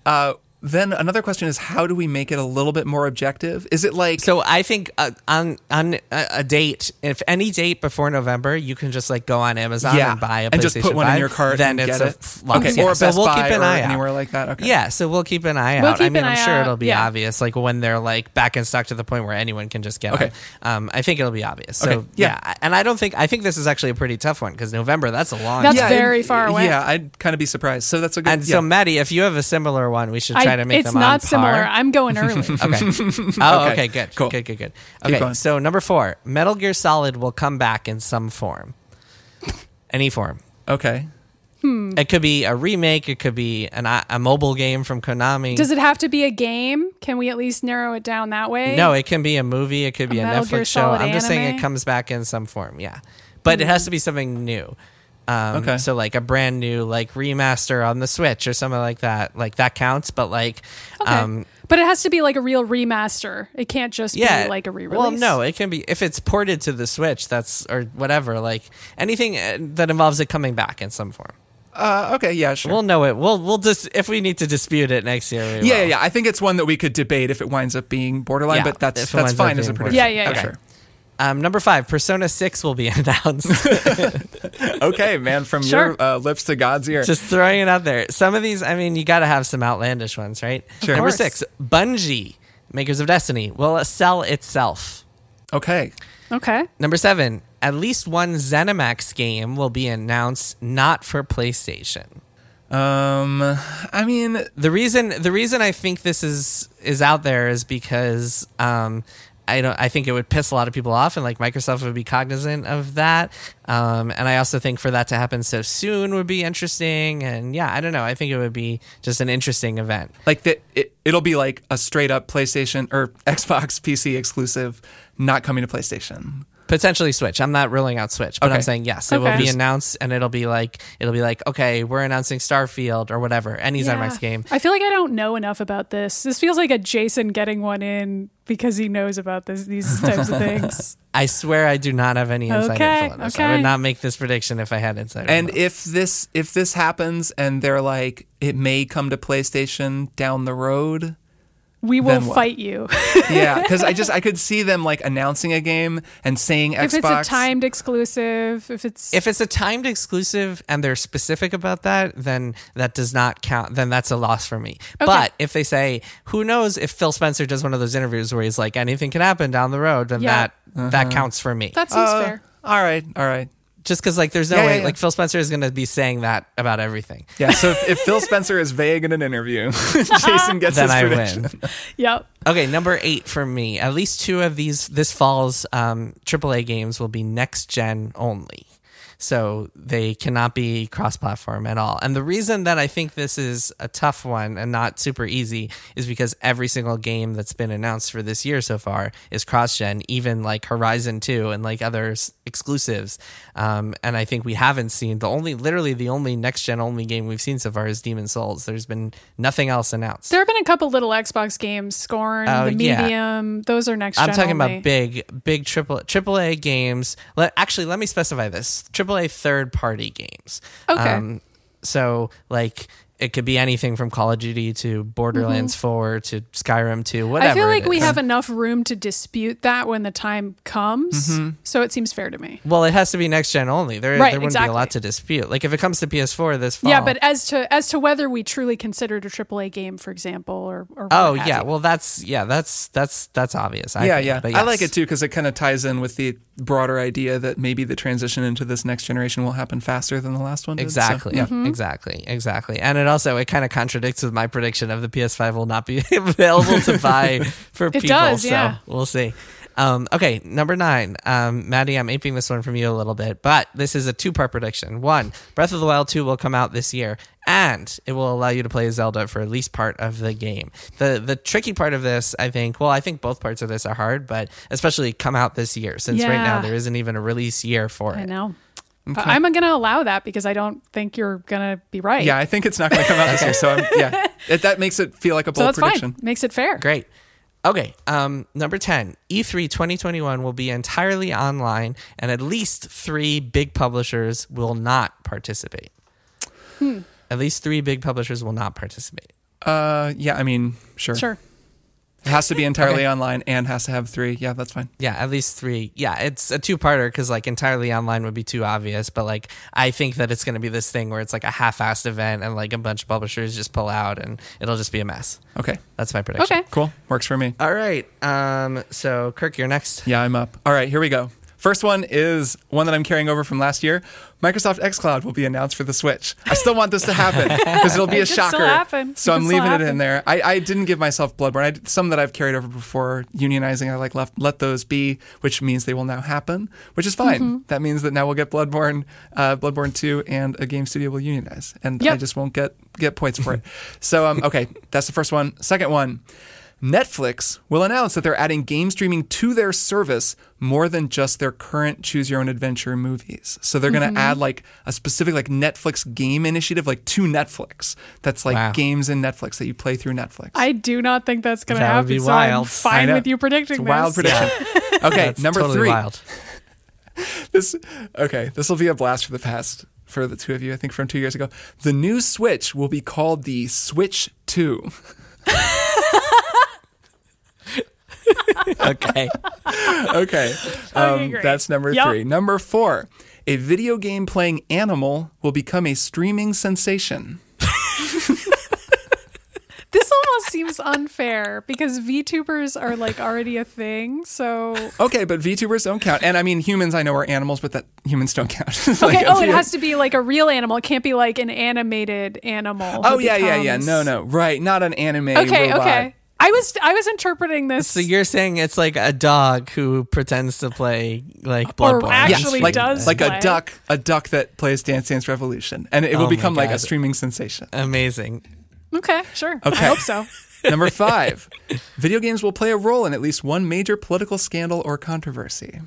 S3: uh, then another question is how do we make it a little bit more objective is it like
S2: So I think uh, on on a, a date, if any date before November, you can just like go on Amazon
S3: yeah
S2: and buy a PlayStation
S3: and just put one
S2: 5,
S3: in your cart
S2: Then
S3: and
S2: it's
S3: get
S2: a
S3: it.
S2: f- launch.
S3: okay
S2: Yeah,
S3: or
S2: so
S3: Best
S2: we'll
S3: Buy
S2: keep an
S3: or
S2: eye
S3: anywhere
S2: out.
S3: like that okay
S2: Yeah, so we'll keep an eye
S1: We'll
S2: out. I
S1: keep
S2: mean,
S1: an
S2: I'm
S1: eye
S2: sure
S1: out,
S2: it'll be
S1: yeah.
S2: obvious, like when they're like back in stock to the point where anyone can just get
S3: Okay.
S2: them. Um, I think it'll be obvious. So
S3: Okay,
S2: yeah.
S3: yeah.
S2: and I don't think I think this is actually a pretty tough one because November that's a long.
S1: That's
S2: time.
S3: Yeah,
S1: very
S3: and-
S1: far away.
S3: yeah i'd kind of be surprised so that's a good
S2: And
S3: yeah.
S2: so, Maddie, if you have a similar one, we should try
S1: I-
S2: to make
S1: it's
S2: them on
S1: not similar.
S2: par.
S1: I'm going early.
S2: Okay. Oh, okay.
S3: Okay,
S2: Good.
S3: cool.
S2: Good. Good. Good. Okay.
S3: going.
S2: So number four, Metal Gear Solid will come back in some form, any form.
S3: okay
S2: It could be a remake. It could be an, a mobile game from Konami.
S1: Does it have to be a game? Can we at least narrow it down that way?
S2: no, it can be a movie. It could be a,
S1: Metal Gear
S2: Netflix show.
S1: Solid
S2: I'm just saying
S1: anime?
S2: it comes back in some form. Yeah, but it has to be something new. Um,
S3: Okay.
S2: So like a brand new like remaster on the Switch or something like that. Like that counts. But like,
S1: Okay.
S2: um,
S1: but it has to be like a real remaster. It can't just
S2: yeah,
S1: be like a re-release.
S2: Well, no, it can be if it's ported to the Switch. That's or whatever, like anything uh, that involves it coming back in some form.
S3: uh, okay yeah sure
S2: We'll know it. We'll we'll just if we need to dispute it next year. We
S3: yeah, yeah
S2: will.
S3: yeah i think it's one that we could debate if it winds up being borderline
S2: Yeah,
S3: but that's
S2: if it
S3: that's
S2: winds up
S3: fine as a
S2: being
S3: prediction
S1: borderline. Yeah, yeah,
S3: For
S1: yeah.
S3: sure.
S2: Um, number five, Persona Six will be announced.
S3: okay man from
S1: Sure.
S3: your uh, lips to god's ear
S2: just throwing it out there. Some of these, I mean, you got to have some outlandish ones, right?
S3: Sure. Of
S2: Number
S1: course.
S2: six, Bungie, makers of Destiny, will sell itself.
S3: okay
S1: Okay.
S2: Number seven, at least one ZeniMax game will be announced, not for PlayStation.
S3: Um, I mean,
S2: the reason the reason I think this is is out there is because um, I don't I think it would piss a lot of people off and like Microsoft would be cognizant of that um, and I also think for that to happen so soon would be interesting and yeah I don't know I think it would be just an interesting event
S3: like that it, it'll be like a straight up PlayStation or Xbox PC exclusive, not coming to PlayStation.
S2: potentially Switch I'm not ruling out Switch but I'm
S3: Okay.
S2: saying yes it will
S1: Okay.
S2: be
S1: Just-
S2: announced and it'll be like it'll be like okay we're announcing Starfield or whatever any
S1: Yeah.
S2: ZeniMax game
S1: I feel like I don't know enough about this. This feels like a Jason getting one in because he knows about this these types of things.
S2: I swear I do not have any inside
S1: Okay,
S2: info on this I
S1: okay.
S2: would not make this prediction if I had inside
S3: And
S2: info.
S3: if this if this happens and they're like it may come to PlayStation down the road,
S1: we will
S3: Then what?
S1: fight you.
S3: yeah, because I just I could see them like announcing a game and saying Xbox.
S1: if it's a timed exclusive, if it's
S2: If it's a timed exclusive and they're specific about that, then that does not count. Then that's a loss for me. But if they say, who knows if Phil Spencer does one of those interviews where he's like, anything can happen down the road, then
S1: Yeah.
S2: that that counts for me.
S1: that seems
S3: Uh,
S1: fair.
S3: All right, all right.
S2: Just because like there's no
S3: Yeah,
S2: way
S3: yeah, yeah.
S2: like Phil Spencer is going to be saying that about everything.
S3: Yeah. So if, if Phil Spencer is vague in an interview, Jason gets
S2: Then
S3: his
S2: I
S3: prediction.
S2: win.
S1: Yep.
S2: Okay, number eight for me. At least two of these this fall's um, AAA games will be next gen only. So they cannot be cross platform at all. And the reason that I think this is a tough one and not super easy is because every single game that's been announced for this year so far is cross gen, even like Horizon 2 and like other s- exclusives. Um, and I think we haven't seen the only, literally the only next gen only game we've seen so far is Demon Souls. There's been nothing else announced.
S1: There have been a couple little Xbox games, Scorn,
S2: Oh,
S1: the
S2: yeah.
S1: Medium. Those are next.
S2: I'm
S1: gen
S2: talking
S1: only.
S2: about big, big triple triple A games. Let, actually, let me specify this: triple A third party games. Um,
S1: Okay.
S2: so like it could be anything from Call of Duty to Borderlands 4 to Skyrim 2,
S1: Mm-hmm.
S2: whatever.
S1: I feel
S2: it
S1: like we
S2: is.
S1: have enough room to dispute that when the time comes.
S2: Mm-hmm.
S1: So it seems fair to me.
S2: Well, it has to be next gen only. There,
S1: Right,
S2: there wouldn't be
S1: exactly.
S2: a lot to dispute. Like if it comes to PS4 this fall.
S1: Yeah, but as to as to whether we truly considered a AAA game, for example, or or what
S2: oh
S1: have
S2: yeah,
S1: you.
S2: well that's yeah that's that's that's obvious. I
S3: Yeah,
S2: think.
S3: yeah.
S2: But
S3: I like
S2: yes.
S3: it too because it kind of ties in with the broader idea that maybe the transition into this next generation will happen faster than the last one. Did. So,
S2: Exactly.
S3: yeah.
S1: Mm-hmm.
S2: Exactly. Exactly. And it also it kind of contradicts with my prediction of the PS5 will not be available to buy for people.
S1: does,
S2: so
S1: yeah.
S2: we'll see. Um, okay, number nine. Um, Maddie, I'm aping this one from you a little bit, but this is a two part prediction. One, Breath of the Wild 2 will come out this year, and it will allow you to play Zelda for at least part of the game. The the tricky part of this, I think, well, I think both parts of this are hard, but especially come out this year, since right now
S1: Yeah.
S2: there isn't even a release year for
S1: I
S2: it.
S1: know. But I'm going to allow that because I don't think you're going to be right.
S3: Yeah, I think it's not going to come out this year. So I'm, yeah, it, that makes it feel like a
S1: so
S3: bold
S1: that's
S3: prediction.
S1: fine. Makes it fair.
S2: Great. Okay. Um, number 10, E3 2021 will be entirely online, and at least three big publishers will not participate. At least three big publishers will not participate.
S3: Uh, yeah, I mean, sure.
S1: Sure.
S3: It has to be entirely online and has to have three. Yeah, that's fine.
S2: Yeah, at least three. Yeah, it's a two parter because, like, entirely online would be too obvious. But, like, I think that it's going to be this thing where it's like a half assed event and, like, a bunch of publishers just pull out and it'll just be a mess.
S3: Okay,
S2: That's my prediction.
S1: Okay.
S3: cool. Works for me.
S2: All right. Um, so, Kirk, you're next.
S3: Yeah, I'm up. All right, here we go. First one is one that I'm carrying over from last year. Microsoft xCloud will be announced for the Switch. I still want this to happen because it'll be
S1: It
S3: a
S1: could still
S3: shocker.
S1: happen.
S3: So
S1: It
S3: I'm
S1: could still
S3: leaving it in
S1: happen.
S3: there. I, I didn't give myself Bloodborne. I did some that I've carried over before unionizing. I like left let those be, which means they will now happen, which is fine. That means that now we'll get Bloodborne, uh, Bloodborne two, and a game studio will unionize, and I
S1: Yep.
S3: just won't get get points for it. so um, okay, that's the first one. Second one. Netflix will announce that they're adding game streaming to their service more than just their current choose your own adventure movies. So they're going to add like a specific like Netflix game initiative like to Netflix. That's like
S2: Wow.
S3: games in Netflix that you play through Netflix.
S1: I do not think that's going to
S2: That would
S1: happen.
S2: be
S1: so I'm
S2: wild.
S3: I
S1: fine
S3: know.
S1: with you predicting
S3: it's a
S1: this.
S3: wild prediction. Okay,
S2: That's
S3: number
S2: totally
S3: three.
S2: wild.
S3: This okay. This will be a blast for the past for the two of you. I think from two years ago, the new Switch will be called the Switch Two.
S2: Okay.
S3: okay.
S1: Okay,
S3: Um,
S1: great.
S3: that's number
S1: Yep.
S3: three. Number four, a video game playing animal will become a streaming sensation.
S1: This almost seems unfair because VTubers are like already a thing. So
S3: Okay, but VTubers don't count. And I mean, humans I know are animals, but that humans don't count.
S1: okay.
S3: Like,
S1: oh, it
S3: yeah.
S1: has to be like a real animal. It can't be like an animated animal.
S3: Oh,
S1: that
S3: yeah, yeah, yeah.
S1: becomes-
S3: No, no. Right. Not an anime.
S1: Okay.
S3: robot.
S1: Okay. I was I was interpreting this.
S2: So you're saying it's like a dog who pretends to play like
S1: Or
S2: Bloodborne,
S3: Yeah,
S1: actually
S3: like,
S1: does
S3: like
S1: play.
S3: a duck, a duck that plays Dance Dance Revolution, and it will
S2: Oh my
S3: become like a
S2: God.
S3: streaming sensation.
S2: amazing.
S1: okay. Sure.
S3: Okay.
S1: I hope so.
S3: Number five, video games will play a role in at least one major political scandal or controversy.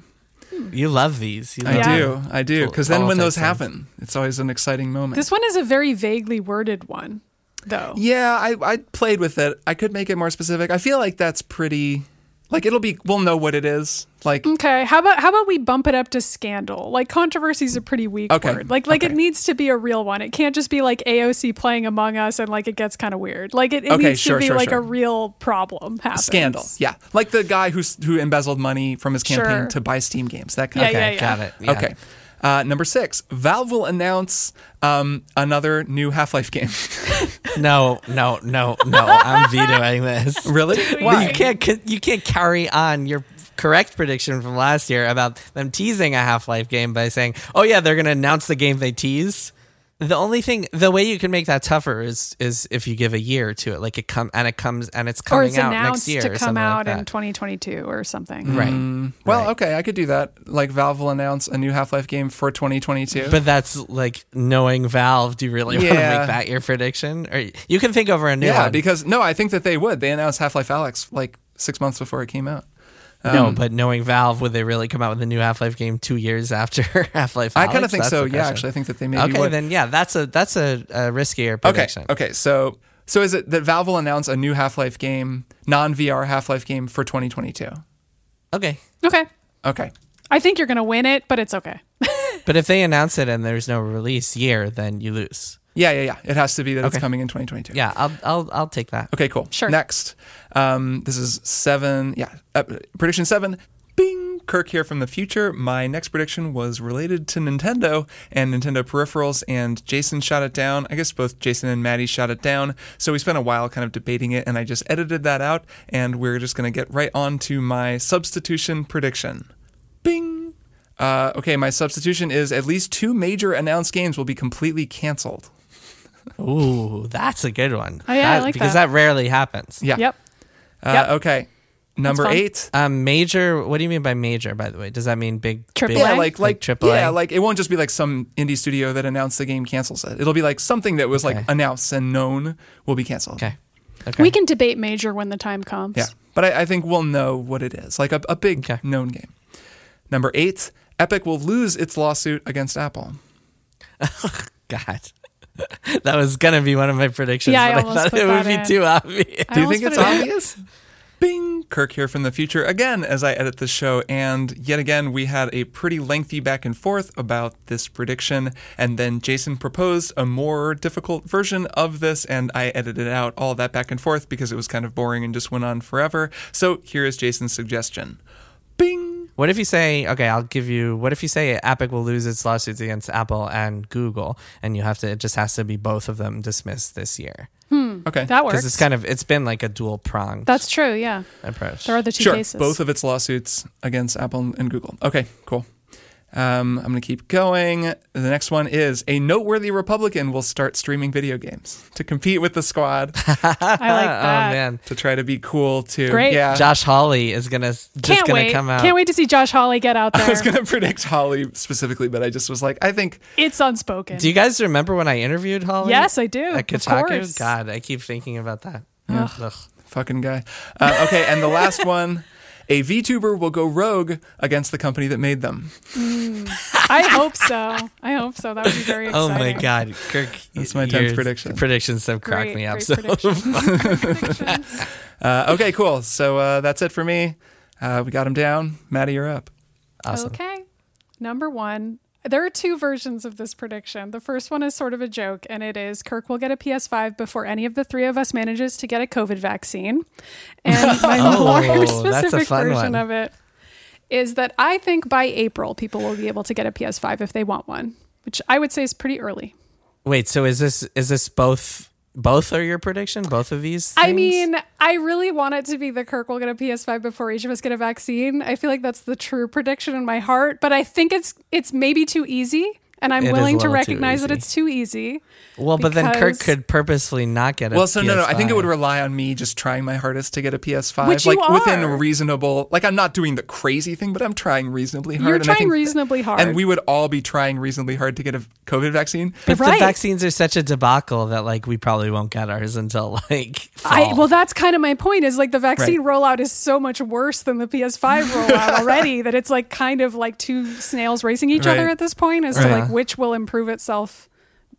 S2: You love these. You
S3: I
S2: love
S1: Yeah.
S3: do, I do. Because then when those
S2: Politics and-
S3: happen, it's always an exciting moment.
S1: This one is a very vaguely worded one, though.
S3: yeah, I, I played with it. I could make it more specific. I feel like that's pretty. Like it'll be we'll know what it is. Like
S1: Okay, how about how about we bump it up to scandal? Like controversy is a pretty weak
S3: Okay,
S1: word. Like like
S3: okay.
S1: it needs to be a real one. It can't just be like AOC playing Among Us and like it gets kind of weird. Like it, it
S3: Okay,
S1: needs
S3: sure,
S1: to be
S3: sure,
S1: like
S3: sure.
S1: a real problem happens.
S3: scandal. Yeah. Like the guy who's who embezzled money from his campaign
S1: Sure.
S3: to buy Steam games. That kind
S1: Yeah,
S3: of
S1: yeah,
S2: Okay,
S1: yeah.
S2: got it. Yeah.
S3: Okay. Uh, number six, Valve will announce um, another new Half Life game.
S2: No, no, no, no. I'm vetoing this.
S3: really?
S2: You can't you can't carry on your correct prediction from last year about them teasing a Half-Life game by saying, "Oh yeah, they're going to announce the game they tease." The only thing, the way you can make that tougher is is if you give a year to it, like it come and it comes and it's
S1: Or
S2: coming
S1: it's
S2: out
S1: announced
S2: next year
S1: to
S2: or
S1: come
S2: something
S1: out
S2: like
S1: in
S2: that.
S1: 2022 or something.
S3: Mm-hmm.
S2: right.
S3: Well,
S2: Right.
S3: okay, I could do that. Like Valve will announce a new Half Life game for 2022.
S2: But that's like knowing Valve. Do you really want to
S3: Yeah.
S2: make that your prediction? Or you can think over a new
S3: yeah,
S2: one.
S3: because no, I think that they would. They announced Half Life Alex like six months before it came out.
S2: no, but knowing Valve, would they really come out with a new Half Life game two years after Half Life?
S3: I kind of think so. Yeah, actually, I think that they maybe
S2: okay,
S3: would.
S2: then yeah, that's a that's a, a riskier
S3: okay,
S2: prediction.
S3: okay. So, so is it that Valve will announce a new Half Life game, non VR Half Life game for 2022?
S2: Okay.
S1: Okay.
S3: Okay.
S1: I think you're going to win it, but it's okay.
S2: But if they announce it and there's no release year, then you lose.
S3: Yeah, yeah, yeah. It has to be that it's
S2: Okay.
S3: coming in 2022.
S2: Yeah, I'll I'll I'll take that.
S3: Okay, cool.
S1: Sure.
S3: Next, um, this is seven. Yeah, uh, prediction seven. Bing, Kirk here from the future. My next prediction was related to Nintendo and Nintendo peripherals, and Jason shot it down. I guess both Jason and Maddie shot it down. So we spent a while kind of debating it, and I just edited that out, and we're just going to get right on to my substitution prediction. Bing. Uh, okay, my substitution is at least two major announced games will be completely canceled.
S2: Ooh, that's a good one.
S1: Oh, yeah, I like
S2: because
S1: that.
S2: that rarely happens.
S3: Yeah.
S1: Yep.
S3: Uh,
S1: Yep.
S3: Okay. Number
S1: fun.
S3: eight.
S2: Um, major. What do you mean by major? By the way, does that mean big?
S1: Triple
S2: big-
S1: A?
S3: Yeah, like like
S2: triple
S3: Yeah,
S2: A?
S3: like it won't just be like some indie studio that announced the game cancels it. It'll be like something that was
S2: Okay.
S3: like announced and known will be canceled.
S2: okay. Okay.
S1: We can debate major when the time comes.
S3: Yeah, but I, I think we'll know what it is, like a, a big
S2: Okay.
S3: known game. Number eight, Epic will lose its lawsuit against Apple.
S2: God. that was gonna be one of my predictions,
S1: Yeah, I
S2: but I,
S1: almost
S2: thought
S1: put
S2: it
S1: that
S2: would
S1: in.
S2: be too obvious.
S1: I
S3: Do you
S1: almost
S3: think it's
S1: put it in.
S3: obvious? Bing! Kirk here from the future again as I edit the show. And yet again, we had a pretty lengthy back and forth about this prediction. And then Jason proposed a more difficult version of this. And I edited out all that back and forth because it was kind of boring and just went on forever. So here is Jason's suggestion Bing!
S2: What if you say, okay, I'll give you. What if you say Epic will lose its lawsuits against Apple and Google, and you have to. It just has to be both of them dismissed this year
S3: Okay.
S1: Hmm. That
S2: because
S1: works.
S2: it's kind of it's been like a dual pronged
S1: That's true. Yeah.
S2: approach.
S1: There are the two
S3: sure.
S1: cases.
S3: Both of its lawsuits against Apple and Google. Okay, cool. Um, I'm going to keep going. The next one is a noteworthy Republican will start streaming video games to compete with the squad.
S1: I like that.
S2: Oh man,
S3: to try to be cool too.
S1: Great.
S3: Yeah.
S2: Josh Hawley is gonna just
S1: Can't
S2: gonna
S1: wait.
S2: come out.
S1: Can't wait to see Josh Hawley get out
S3: I was
S1: there.
S3: gonna predict Holly specifically, but I just was like, I think
S1: It's unspoken.
S2: Do you guys remember when I interviewed Hawley?
S1: Yes, I do.
S2: At
S1: Of
S2: Oh, Kotaku?
S1: course.
S2: God, I keep thinking about that. Ugh.
S3: fucking guy. Uh, okay, and the last one, a VTuber will go rogue against the company that made them.
S1: I hope so. I hope so. That would be very
S2: Oh
S1: exciting.
S2: my God, Kirk!
S3: That's my tenth
S2: your
S3: prediction.
S2: Predictions have
S1: Great,
S2: cracked me up.
S1: great
S2: So
S1: predictions. Great predictions.
S3: Uh, okay, cool. So uh, that's it for me. Uh, we got him down. Maddie, you're up.
S2: awesome.
S1: Okay. Number one. There are two versions of this prediction. The first one is sort of a joke, and it is Kirk will get a PS5 before any of the three of us manages to get a COVID vaccine. And my
S2: Oh,
S1: more
S2: that's a
S1: specific
S2: fun
S1: version
S2: one.
S1: of it is that I think by April, people will be able to get a PS5 if they want one, which I would say is pretty early.
S2: Wait, so is this is this both both are your prediction? Both of these?
S1: I
S2: things?
S1: mean, I really want it to be the Kirk will get a PS5 before each of us get a vaccine. I feel like that's the true prediction in my heart, but I think it's it's maybe too easy, and I'm
S2: It is a
S1: willing to
S2: little too
S1: recognize that
S2: easy.
S1: it's too easy.
S2: well, but then Kirk
S1: because-
S2: could purposely not get a.
S3: Well, so no, no. I think it
S2: PS5.
S3: would rely on me just trying my hardest to get a PS5,
S1: Which you
S3: like within a
S1: are.
S3: reasonable. Like I'm not doing the crazy thing, but I'm trying reasonably hard.
S1: You're
S3: and I
S1: trying
S3: think-
S1: reasonably hard.
S3: and we would all be trying reasonably hard to get a COVID vaccine.
S2: But
S1: Right.
S2: the vaccines are such a debacle that like we probably won't get ours until like fall.
S1: I, well, that's kind of my point. Is like the vaccine rollout is so much worse than the PS5 rollout already that it's like kind of like two snails racing each
S3: Right.
S1: other at this point as
S3: Right.
S1: to like which will improve itself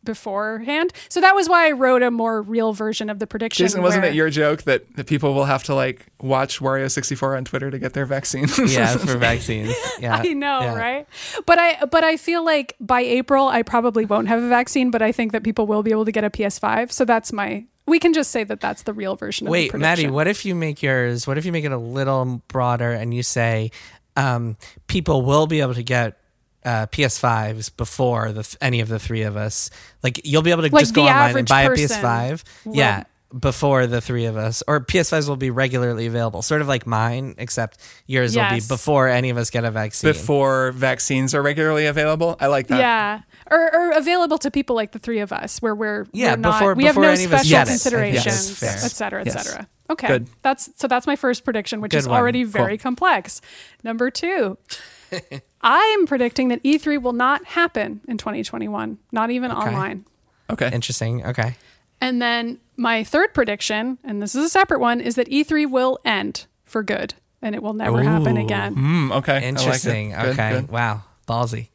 S1: beforehand. So that was why I wrote a more real version of the prediction.
S3: Jason, wasn't
S1: where-
S3: it your joke that, that people will have to like watch Wario64 on Twitter to get their vaccine?
S2: yeah, for vaccines. Yeah,
S1: I know,
S2: yeah.
S1: right? But I but I feel like by April I probably won't have a vaccine, but I think that people will be able to get a PS5. So that's my we can just say that that's the real version
S2: Wait,
S1: of the
S2: Maddie,
S1: prediction.
S2: what if you make yours? What if you make it a little broader and you say um, people will be able to get uh, PS5s before the th- any of the three of us? Like you'll be able to
S1: Like,
S2: just go
S1: the
S2: online and
S1: average
S2: buy a
S1: person
S2: PS5.
S1: will-
S2: Yeah. Before the three of us, or PS5s will be regularly available, sort of like mine, except yours will be
S1: Yes.
S2: before any of us get a vaccine.
S3: Before vaccines are regularly available? I like that.
S1: yeah. Or, or available to people like the three of us, where we're
S2: Yeah,
S1: we're not,
S2: before-
S1: we have
S2: before
S1: no
S2: any of us
S1: special
S2: get it, I think that's
S1: considerations,
S2: fair.
S1: et cetera, et
S3: Yes.
S1: cetera. Okay,
S3: Good.
S1: that's so. That's my first prediction, which
S2: Good
S1: is
S2: one.
S1: already
S2: Cool.
S1: very complex. Number two, I'm predicting that E3 will not happen in 2021, not even online.
S3: Okay.
S2: Interesting. Okay.
S1: And then my third prediction, and this is a separate one, is that E3 will end for good and it will never happen
S2: Ooh.
S1: again.
S3: Mm, okay. I like it.
S2: Interesting.
S3: Good,
S2: okay.
S3: good.
S2: Wow. Ballsy.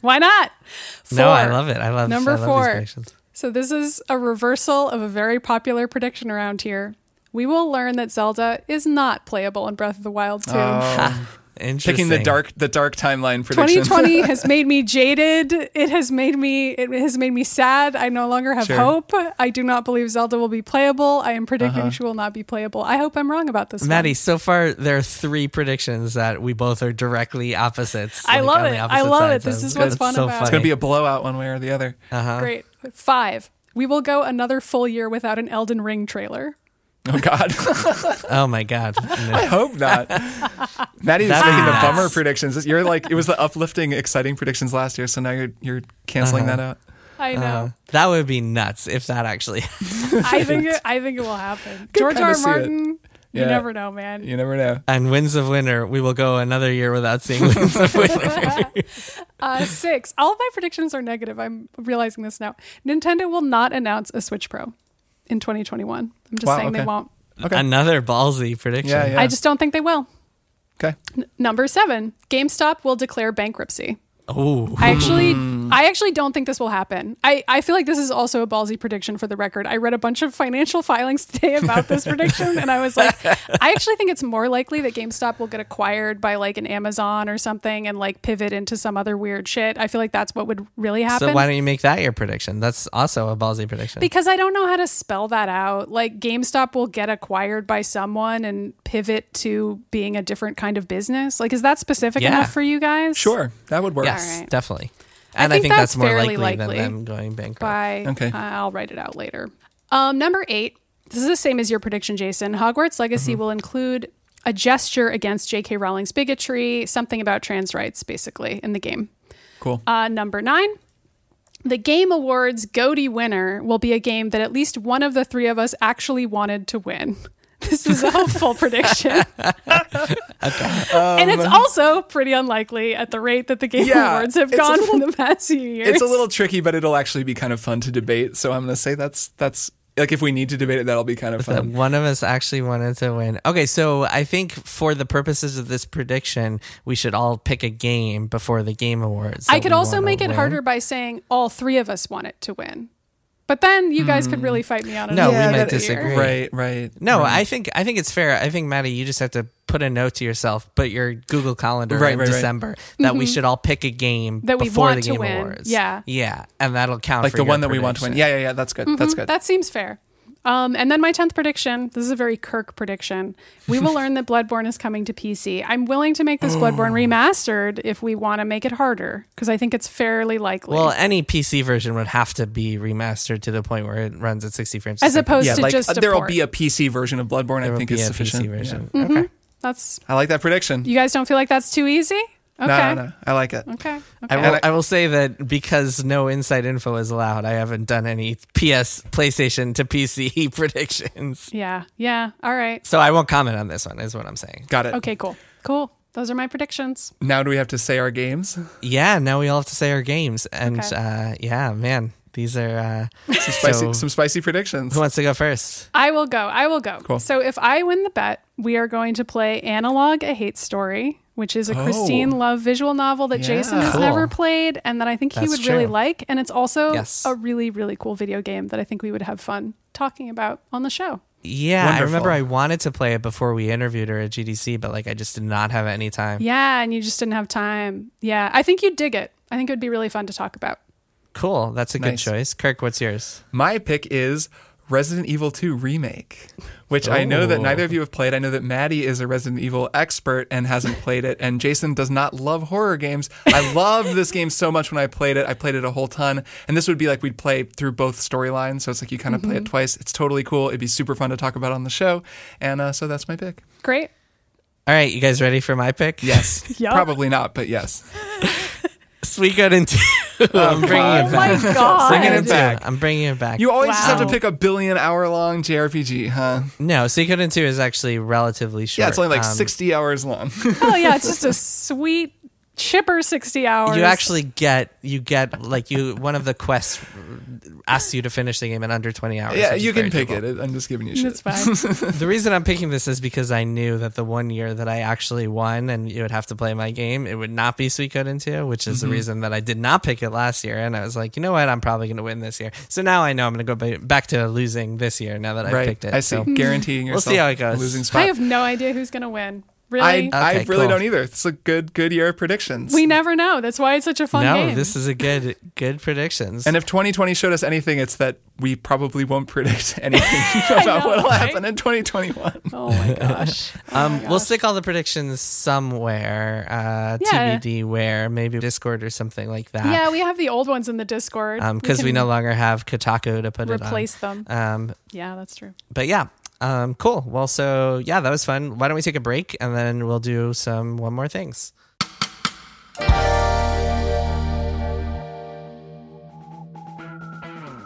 S1: Why not?
S2: No, I
S1: Four.
S2: love it. I love
S1: Number
S2: I love
S1: four.
S2: These predictions.
S1: So this is a reversal of a very popular prediction around here. We will learn that Zelda is not playable in Breath of the Wild 2.
S2: Oh, Interesting.
S3: Picking the dark the dark timeline prediction.
S1: 2020 has made me jaded. It has made me it has made me sad. I no longer have
S3: Sure.
S1: hope. I do not believe Zelda will be playable. I am predicting
S2: Uh-huh.
S1: she will not be playable. I hope I'm wrong about this. one.
S2: Maddie, so far there are three predictions that we both are directly opposites.
S1: I love
S2: on the
S1: it. I
S2: opposite
S1: love
S2: sides
S1: it. This
S2: of.
S1: is what's
S2: That's
S1: fun
S2: so
S1: about it.
S2: funny.
S3: It's going to be a blowout one way or the other.
S1: Great. Five. We will go another full year without an Elden Ring trailer.
S3: Oh God.
S2: oh my god.
S3: I
S2: No.
S3: hope not. Maddie is
S2: That'd be
S3: making the
S2: nuts.
S3: bummer predictions. You're like it was the uplifting, exciting predictions last year, so now you're you're canceling that out.
S1: I
S3: Uh-huh.
S2: Uh,
S1: know.
S2: that would be nuts if that actually.
S1: I think it, I think it will happen. George
S3: kinda
S1: R. R.
S3: see it.
S1: Martin. You
S3: Yeah.
S1: never know, man.
S3: You never know.
S2: and Winds of Winter, we will go another year without seeing Winds of Winter.
S1: Uh, six. All of my predictions are negative. I'm realizing this now. Nintendo will not announce a Switch Pro in 2021. I'm just
S3: Wow,
S1: saying they
S3: okay.
S1: won't.
S3: Okay.
S2: Another ballsy prediction.
S3: Yeah, yeah.
S1: I just don't think they will.
S3: Okay.
S1: N- number seven. GameStop will declare bankruptcy.
S2: Oh,
S1: I actually, I actually don't think this will happen. I, I feel like this is also a ballsy prediction for the record. I read a bunch of financial filings today about this prediction, and I was like, I actually think it's more likely that GameStop will get acquired by like an Amazon or something and like pivot into some other weird shit. I feel like that's what would really happen.
S2: so why don't you make that your prediction? That's also a ballsy prediction.
S1: because I don't know how to spell that out. Like GameStop will get acquired by someone and pivot to being a different kind of business. Like, is that specific
S2: Yeah.
S1: enough for you guys?
S3: Sure. That would work.
S2: yes,
S1: right.
S2: definitely. And I think, that's, more
S1: fairly
S2: likely,
S1: likely.
S2: than them going bankrupt.
S1: by uh,
S3: Okay.
S1: I'll write it out later. Um, number eight. This is the same as your prediction, Jason. Hogwarts Legacy will include a gesture against J.K. Rowling's bigotry, something about trans rights, basically, in the game.
S3: Cool.
S1: Uh, number nine. The Game Awards Goaty winner will be a game that at least one of the three of us actually wanted to win. This is a hopeful prediction. and it's also pretty unlikely at the rate that the Game
S3: Um, Yeah,
S1: Awards have
S3: it's a
S1: gone
S3: little-
S1: for the past few years.
S3: It's a little tricky, but it'll actually be kind of fun to debate. So I'm going to say that's that's like if we need to debate it, that'll be kind of
S2: that
S3: fun.
S2: one of us actually wanted to win. Okay, so I think for the purposes of this prediction, we should all pick a game before the game awards.
S1: I
S2: that
S1: could
S2: we
S1: also
S2: wanna
S1: make it
S2: win.
S1: harder by saying all three of us want it to win. But then you guys could really fight me on it.
S2: No,
S1: all
S2: we
S1: over
S2: might
S1: the year.
S2: disagree.
S3: Right, right.
S2: No, I think I think it's fair. I think Maddie, you just have to put a note to yourself, put your Google Calendar
S3: Right,
S2: in
S3: right, right.
S2: December that we should all pick a game
S1: That we
S2: before
S1: want
S2: the
S1: to
S2: game
S1: win.
S2: awards.
S1: Yeah.
S2: yeah, and that'll count
S3: Like
S2: for
S3: the
S2: your
S3: one that we want to win.
S2: prediction.
S3: Yeah, yeah, yeah. That's good. That's
S2: Mm-hmm.
S3: good.
S1: That seems fair. Um, and then my 10th prediction this is a very Kirk prediction. We will learn that Bloodborne is coming to PC. I'm willing to make this
S3: Oh.
S1: Bloodborne remastered if we want to make it harder because I think it's fairly likely.
S2: Well, any PC version would have to be remastered to the point where it runs at sixty frames. a
S1: As
S2: second.
S1: opposed
S3: yeah,
S1: to
S3: like uh,
S1: just a
S3: there'll
S1: port.
S3: be a PC version of Bloodborne.
S2: there
S3: I
S2: will
S3: think
S2: be
S3: is
S2: a
S3: sufficient.
S2: PC version.
S3: Yeah.
S2: Okay.
S1: That's
S3: I like that prediction.
S1: you guys don't feel like that's too easy? Okay.
S3: No, no, no. I like
S2: Mm.
S3: it.
S1: Okay. Okay.
S2: I will,
S3: And I-
S2: I will say that because no inside info is allowed, I haven't done any PS PlayStation to PC predictions.
S1: yeah. Yeah. All right.
S2: So I won't comment on this one, is what I'm saying.
S3: Got it.
S1: Okay, cool. Cool. Those are my predictions.
S3: Now do we have to say our games?
S2: Yeah, now we all have to say our games. And
S1: Okay.
S2: uh, yeah, man, these are. Uh,
S3: Some spicy,
S2: So-
S3: some spicy predictions.
S2: who wants to go first?
S1: I will go. I will go.
S3: Cool.
S1: So if I win the bet, we are going to play Analog, a hate story, which is a
S3: Oh.
S1: Christine Love visual novel that Jason has
S2: Cool.
S1: never played and that I think he
S2: That's
S1: would really
S2: true.
S1: like. And it's also
S2: Yes.
S1: a really, really cool video game that I think we would have fun talking about on the show.
S2: Yeah, I remember
S3: Wonderful.
S2: I wanted to play it before we interviewed her at GDC, but like I just did not have any time.
S1: Yeah, and you just didn't have time. Yeah, I think you'd dig it. I think it would be really fun to talk about.
S2: Cool, that's a
S3: Nice.
S2: good choice. Kirk, what's yours?
S3: My pick is Resident Evil 2 Remake, which I know that
S2: Oh.
S3: neither of you have played. I know that Maddie is a Resident Evil expert and hasn't played it, and Jason does not love horror games. I loved this game so much when I played it. I played it a whole ton, and this would be like we'd play through both storylines. So it's like you kind of play it twice. It's totally cool. It'd be super fun to talk about on the show. And uh, so that's my pick.
S1: Great.
S2: All right, you guys ready for my pick?
S3: Yes.
S1: Yeah.
S3: Probably not, but yes.
S2: Suikoden into. I'm bringing
S1: Oh
S2: it back.
S1: my god.
S2: Bringing
S3: Suikoden
S2: it
S3: two.
S2: back. I'm bringing it back.
S3: You always just have to
S1: Wow.
S3: pick a billion hour long JRPG, huh?
S2: no, Suikoden 2 is actually relatively short.
S3: Yeah, it's only like
S2: Um,
S3: 60 hours long.
S1: Oh yeah, it's just a sweet chipper sixty hours.
S2: You actually get you get like you one of the quests asks you to finish the game in under 20 hours.
S3: yeah,
S2: which is
S3: you can
S2: very
S3: pick
S2: doable.
S3: it. I'm just giving you shit.
S1: it's fine.
S2: The reason I'm picking this is because I knew that the one year that I actually won and you would have to play my game, it would not be Suikoden 2, which is
S3: Mm-hmm.
S2: the reason that I did not pick it last year. And I was like, you know what? I'm probably going to win this year. So now I know I'm going to go ba- back to losing this year now that I picked it.
S3: I see.
S2: So,
S3: Guaranteeing
S2: We'll
S3: yourself
S2: see how it goes.
S3: a losing spot.
S1: Hmm. I have no idea who's gonna win.
S3: I,
S1: Really?
S3: I
S2: Okay,
S3: really
S2: cool.
S3: don't either. It's a good good year of predictions.
S1: we never know. That's why it's such a fun
S2: no,
S1: game.
S2: this is a good good predictions.
S3: and if 2020 showed us anything, it's that we probably won't predict anything about
S1: know,
S3: what will
S1: right?
S3: happen in 2021.
S1: oh my gosh.
S2: um, we'll stick all the predictions somewhere, uh,
S1: Yeah.
S2: TBD where, maybe Discord or something like that.
S1: Yeah, we have the old ones in the Discord.
S2: because Um, we,
S1: can
S2: no longer have Kotaku to put
S1: replace
S2: it
S1: them.
S2: on. Um,
S1: Yeah, that's true.
S2: but yeah um cool well so yeah that was fun why don't we take a break and then we'll do some one more things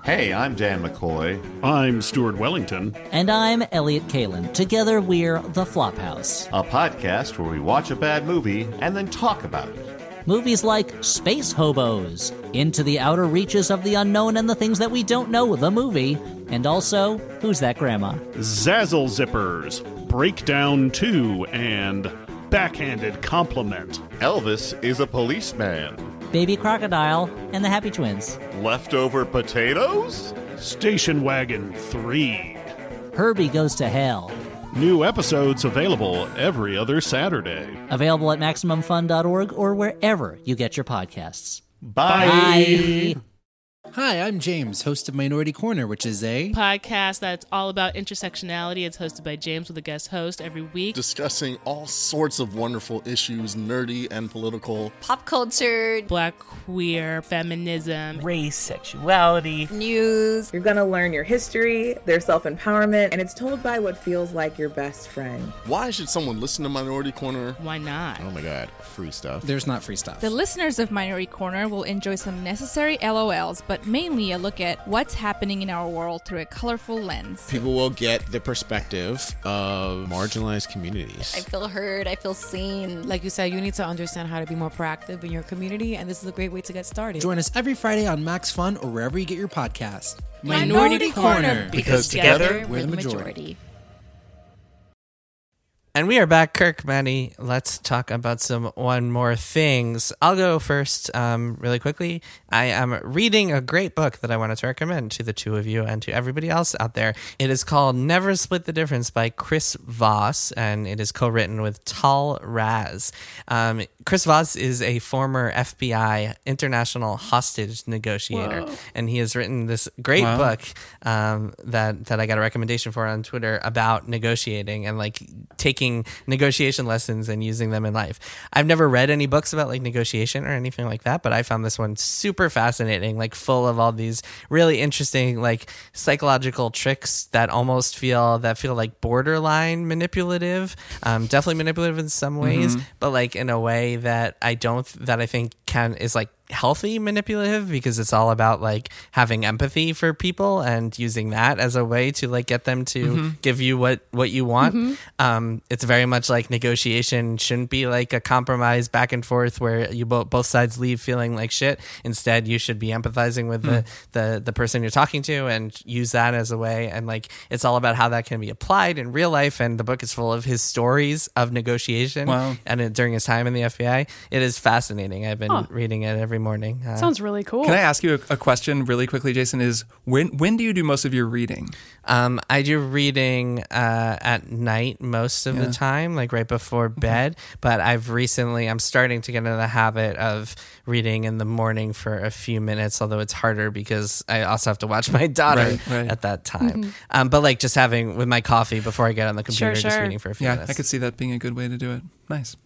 S4: Hey, I'm Dan McCoy.
S5: I'm Stuart Wellington.
S6: And I'm Elliot Kalin. Together we're The Flophouse.
S4: A podcast where we watch a bad movie and then talk about it.
S6: Movies like Space Hobos, Into the Outer Reaches of the Unknown and the Things That We Don't Know, the movie, and also Who's That Grandma?
S5: Zazzle Zippers, Breakdown 2, and Backhanded Compliment.
S4: Elvis is a policeman.
S6: Baby Crocodile, and the Happy Twins.
S4: Leftover potatoes?
S5: Station Wagon 3.
S6: Herbie Goes to Hell.
S5: New episodes available every other Saturday.
S6: Available at MaximumFun.org or wherever you get your podcasts.
S4: Bye.
S6: Bye.
S7: Hi, I'm James, host of Minority Corner, which is a
S8: podcast that's all about intersectionality. It's hosted by James with a guest host every week.
S9: discussing all sorts of wonderful issues, nerdy and political.
S10: pop culture,
S8: Black queer feminism.
S11: race, sexuality.
S10: news,
S11: You're going to learn your history, their self empowerment, and it's told by what feels like your best friend.
S9: Why should someone listen to Minority Corner?
S8: Why not?
S9: Oh my god, free stuff.
S7: there's not free stuff.
S11: The listeners of Minority Corner will enjoy some necessary LOLs, but mainly a look at what's happening in our world through a colorful lens.
S9: People will get the perspective of marginalized communities.
S10: I feel heard, I feel seen.
S11: Like you said, you need to understand how to be more proactive in your community, and this is a great way to get started.
S7: Join us every Friday on Max Fun or wherever you get your podcast.
S11: Minority Corner.
S9: Because
S7: together, we're the majority.
S2: and we are back kirk manny let's talk about some one more things i'll go first um, really quickly i am reading a great book that i wanted to recommend to the two of you and to everybody else out there it is called never split the difference by chris voss and it is co-written with tal raz um, chris voss is a former fbi international hostage negotiator and he has written this great book um, that that I got a recommendation for on Twitter about negotiating and like taking negotiation lessons and using them in life. I've never read any books about like negotiation or anything like that, but I found this one super fascinating, like full of all these really interesting like psychological tricks that almost feel that feel like borderline manipulative, um, definitely manipulative in some ways, but like in a way that I don't that I think can is like healthy manipulative because it's all about like having empathy for people and using that as a way to like get them to
S3: Mhm.
S2: give you what what you want.
S1: Mhm.
S2: Um, it's very much like negotiation shouldn't be like a compromise back and forth where you both both sides leave feeling like shit. Instead, you should be empathizing with the, the the person you're talking to and use that as a way. And like it's all about how that can be applied in real life. And the book is full of his stories of negotiation
S3: Wow.
S2: and it, during his time in the FBI. It is fascinating. I've been
S1: Huh.
S2: reading it every morning. Uh,
S1: Sounds really cool.
S3: Can I ask you a, a question really quickly, Jason? Is when when do you do most of your reading?
S2: Um, I do reading uh, at night most of
S3: Yeah. Mm-hmm.
S2: the time, like right before bed. But I've recently, I'm starting to get into the habit of reading in the morning for a few minutes, although it's harder because I also have to watch my daughter
S3: Right, right.
S2: at that time. Um, but like just having with my coffee before I get on the
S1: Mm-hmm. Sure,
S2: computer, just
S1: sure.
S2: reading for a few
S3: Yeah,
S2: minutes.
S3: I could see that being a good way to do it. Nice.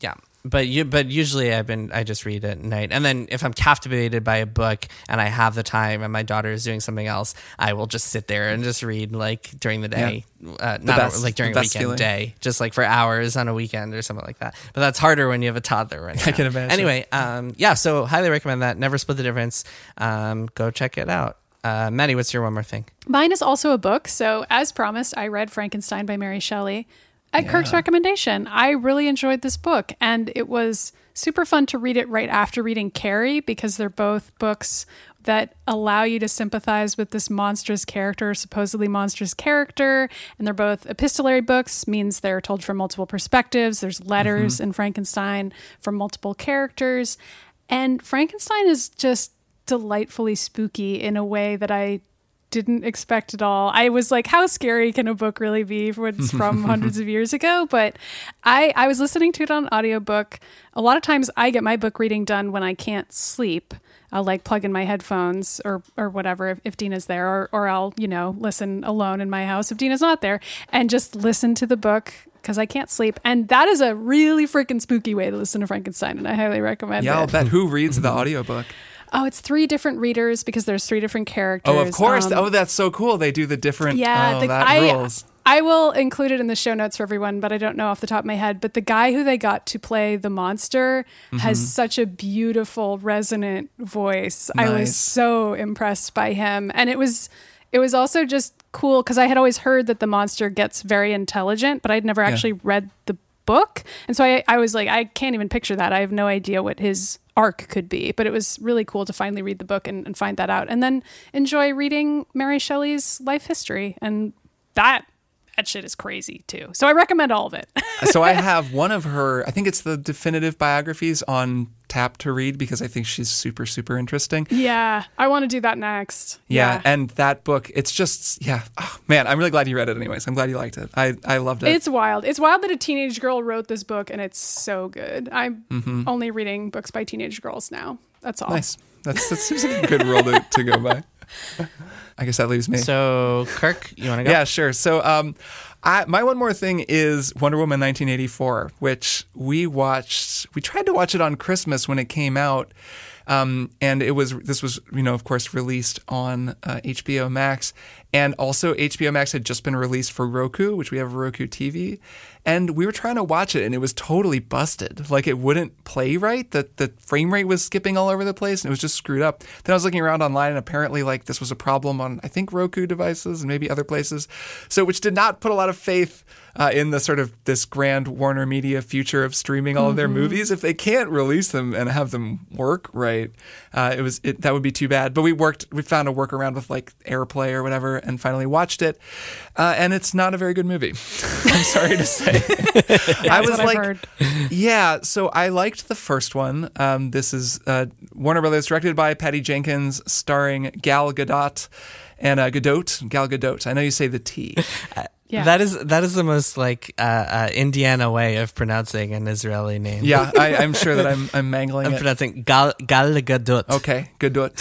S2: Yeah. But you, but usually I've been I just read at night, and then if I'm captivated by a book and I have the time, and my daughter is doing something else, I will just sit there and just read like during the day, uh, not
S3: best-
S2: like during
S3: the
S2: a
S3: best
S2: weekend
S3: feeling.
S2: day, just like for hours on a weekend or something like that. But that's harder when you have a toddler right now.
S3: I can imagine.
S2: Anyway, um, yeah, so highly recommend that. Never split the difference. Um, go check it out. Uh, Maddie, what's your one more thing?
S1: Mine is also a book. So, as promised, I read Frankenstein by Mary Shelley at Kirk's recommendation. I really enjoyed this book, and it was super fun to read it right after reading Carrie because they're both books that allow you to sympathize with this monstrous character, supposedly monstrous character. And they're both epistolary books, means they're told from multiple perspectives. There's letters in Frankenstein from multiple characters. And Frankenstein is just delightfully spooky in a way that I didn't expect at all. I was like, how scary can a book really be when it's from hundreds of years ago? But I, I was listening to it on audiobook. A lot of times I get my book reading done when I can't sleep. I'll like plug in my headphones or, or whatever if, if Dina's there, or, or I'll, you know, listen alone in my house if Dina's not there and just listen to the book because I can't sleep. And that is a really freaking spooky way to listen to Frankenstein. And I highly recommend
S3: Yeah,
S1: it.
S3: I'll bet. Who reads the audiobook?
S1: Oh, it's three different readers because there's three different characters.
S3: Oh, of course.
S1: Um,
S3: oh, that's so cool. They do the different.
S1: yeah,
S3: oh,
S1: the,
S3: that
S1: I
S3: rules.
S1: I will include it in the show notes for everyone, but I don't know off the top of my head. But the guy who they got to play the monster
S3: Mm-hmm.
S1: has such a beautiful, resonant voice. I was
S3: Nice.
S1: so impressed by him, and it was it was also just cool because I had always heard that the monster gets very intelligent, but I'd never actually read the book, and so I, I was like, I can't even picture that. I have no idea what his arc could be, but it was really cool to finally read the book and, and find that out, and then enjoy reading Mary Shelley's life history and that that shit is crazy too. So I recommend all of it.
S3: so I have one of her. I think it's the definitive biographies on tap to read because I think she's super super interesting.
S1: yeah, I want to do that next.
S3: Yeah, and that book, it's just yeah. Oh, man, I'm really glad you read it. Anyways, I'm glad you liked it. I I loved it.
S1: it's wild. It's wild that a teenage girl wrote this book and it's so good. I'm only reading books by teenage girls now. That's all.
S3: Mm-hmm. nice. That's that seems like a good rule to, to go by. I guess that leaves me.
S2: So Kirk, you want to go?
S3: Yeah, sure. So, um, I, my one more thing is Wonder Woman 1984, which we watched. We tried to watch it on Christmas when it came out, um, and it was this was you know of course released on uh, HBO Max, and also HBO Max had just been released for Roku, which we have Roku TV, and we were trying to watch it, and it was totally busted. Like it wouldn't play right. The the frame rate was skipping all over the place, and it was just screwed up. Then I was looking around online, and apparently like this was a problem on I think Roku devices and maybe other places. So which did not put a lot of faith uh, in the sort of this grand Warner Media future of streaming all of their movies if they can't release them and have them work right. Uh, it was it, that would be too bad. But we worked we found a workaround with like AirPlay or whatever, and finally watched it. Uh, and it's not a very good movie. I'm sorry to say. I was
S1: what I've
S3: like,
S1: heard.
S3: yeah. So I liked the first one. Um, this is uh, Warner Brothers, directed by Patty Jenkins, starring Gal Gadot and uh, Gadot. Gal Gadot. I know you say the T.
S1: Yeah.
S2: That is that is the most like uh, uh, Indiana way of pronouncing an Israeli name.
S3: Yeah, I, I'm sure that I'm I'm mangling
S2: I'm
S3: it.
S2: pronouncing Gal Gal Gadot.
S3: Okay, Gadot,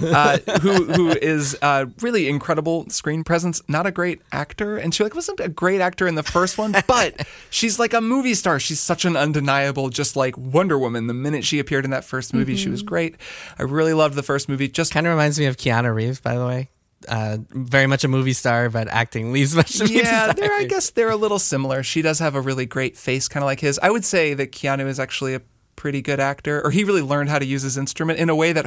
S3: uh, who who is uh, really incredible screen presence. Not a great actor, and she like wasn't a great actor in the first one, but she's like a movie star. She's such an undeniable, just like Wonder Woman. The minute she appeared in that first movie, she was great. I really loved the first movie. Just
S2: Kind of reminds me of Keanu Reeves, by the way. Uh, very much a movie star, but acting leaves much to be
S3: yeah,
S2: desired.
S3: they're, I guess they're a little similar. She does have a really great face, kind of like his. I would say that Keanu is actually a pretty good actor, or he really learned how to use his instrument in a way that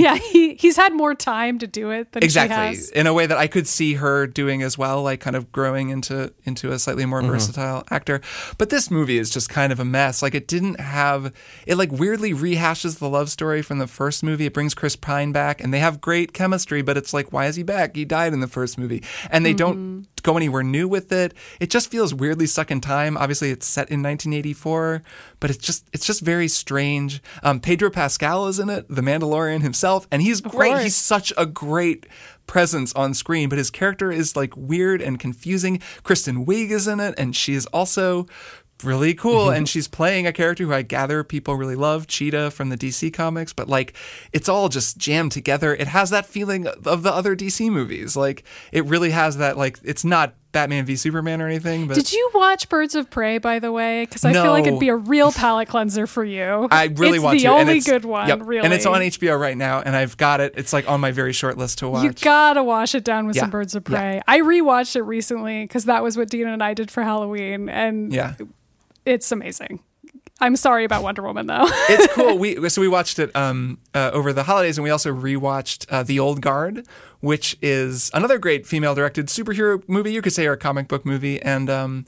S1: yeah, he, he's had more time to do it than she
S3: exactly
S1: has.
S3: in a way that I could see her doing as well, like kind of growing into into a slightly more versatile actor. But this movie is just kind of a mess. Like it didn't have it. Like weirdly rehashes the love story from the first movie. It brings Chris Pine back, and they have great chemistry. But it's like, why is he back? He died in the first movie, and they
S1: Mm-hmm.
S3: don't go anywhere new with it. It just feels weirdly stuck in time. Obviously, it's set in 1984, but it's just it's just very strange. Um, Pedro Pascal is in it, the Mandalorian himself, and he's great.
S1: course.
S3: He's such a great presence on screen, but his character is like weird and confusing. Kristen Wiig is in it, and she is also really cool
S1: Mm-hmm.
S3: and she's playing a character who I gather people really love, Cheetah from the DC comics, but like it's all just jammed together. It has that feeling of the other DC movies. Like it really has that like it's not Batman v Superman or anything, but
S1: Did you watch Birds of Prey, by the way? Because I feel like
S3: No.
S1: it'd be a real palate cleanser for you.
S3: I really
S1: it's
S3: want
S1: the
S3: to.
S1: only good one,
S3: yep,
S1: really.
S3: And it's on HBO right now, and I've got it. It's like on my very short list to watch.
S1: You gotta wash it down with
S3: Yeah.
S1: some Birds of
S3: Yeah.
S1: Prey. I rewatched it recently because that was what Dina and I did for Halloween, and
S3: yeah.
S1: it's amazing. I'm sorry about Wonder Woman though.
S3: it's cool. We so we watched it um, uh, over the holidays, and we also rewatched uh, The Old Guard, which is another great female-directed superhero movie. You could say or a comic book movie, and. Um,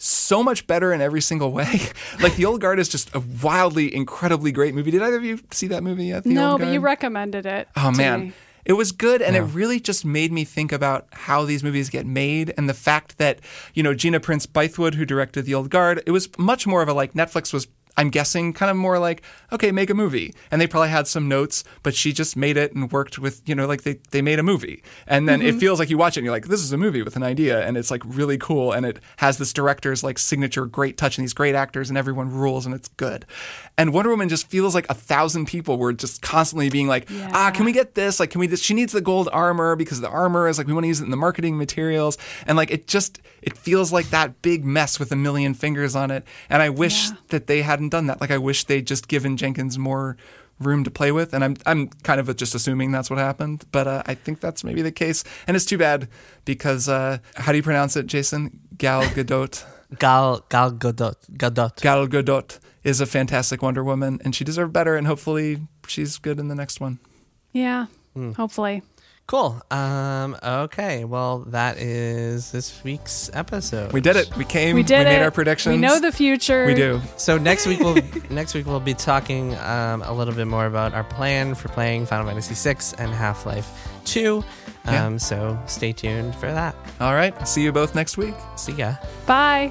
S3: so much better in every single way. like The Old Guard is just a wildly, incredibly great movie. Did either of you see that movie yet? The
S1: no,
S3: Old
S1: but you
S3: Guard?
S1: recommended it.
S3: Oh
S1: to
S3: man.
S1: me.
S3: It was good and it really just made me think about how these movies get made and the fact that, you know, Gina Prince Bythewood, who directed The Old Guard, it was much more of a like Netflix was I'm guessing kind of more like, okay, make a movie. And they probably had some notes, but she just made it and worked with, you know, like they, they made a movie. And then
S1: Mm-hmm.
S3: it feels like you watch it and you're like, this is a movie with an idea. And it's like really cool. And it has this director's like signature great touch and these great actors and everyone rules and it's good. And Wonder Woman just feels like a thousand people were just constantly being like, ah, can we get this? Like, can we, this? she needs the gold armor because the armor is like, we want to use it in the marketing materials. And like, it just, it feels like that big mess with a million fingers on it. And I wish that they hadn't done that. Like, I wish they'd just given Jenkins more room to play with. And I'm, I'm kind of just assuming that's what happened, but uh, I think that's maybe the case. And it's too bad because, uh, how do you pronounce it, Jason? Gal Gadot.
S2: Gal Gal Gadot Gadot.
S3: Gal Gadot is a fantastic Wonder Woman, and she deserved better. And hopefully, she's good in the next one.
S1: Yeah.
S3: Hmm.
S1: Hopefully.
S2: Cool. Um. Okay. Well, that is this week's episode.
S3: We did it. We came.
S1: We did
S3: made
S1: it.
S3: our predictions.
S1: We know the future.
S3: We do.
S2: So next week we'll next week we'll be talking um, a little bit more about our plan for playing Final Fantasy VI and Half Life Two. Um,
S3: Yeah.
S2: So stay tuned for that.
S3: All right. See you both next week.
S2: See ya.
S1: Bye.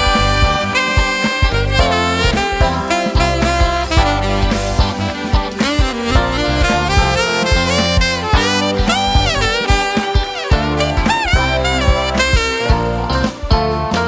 S12: MaximumFun.org.
S13: Comedy and culture.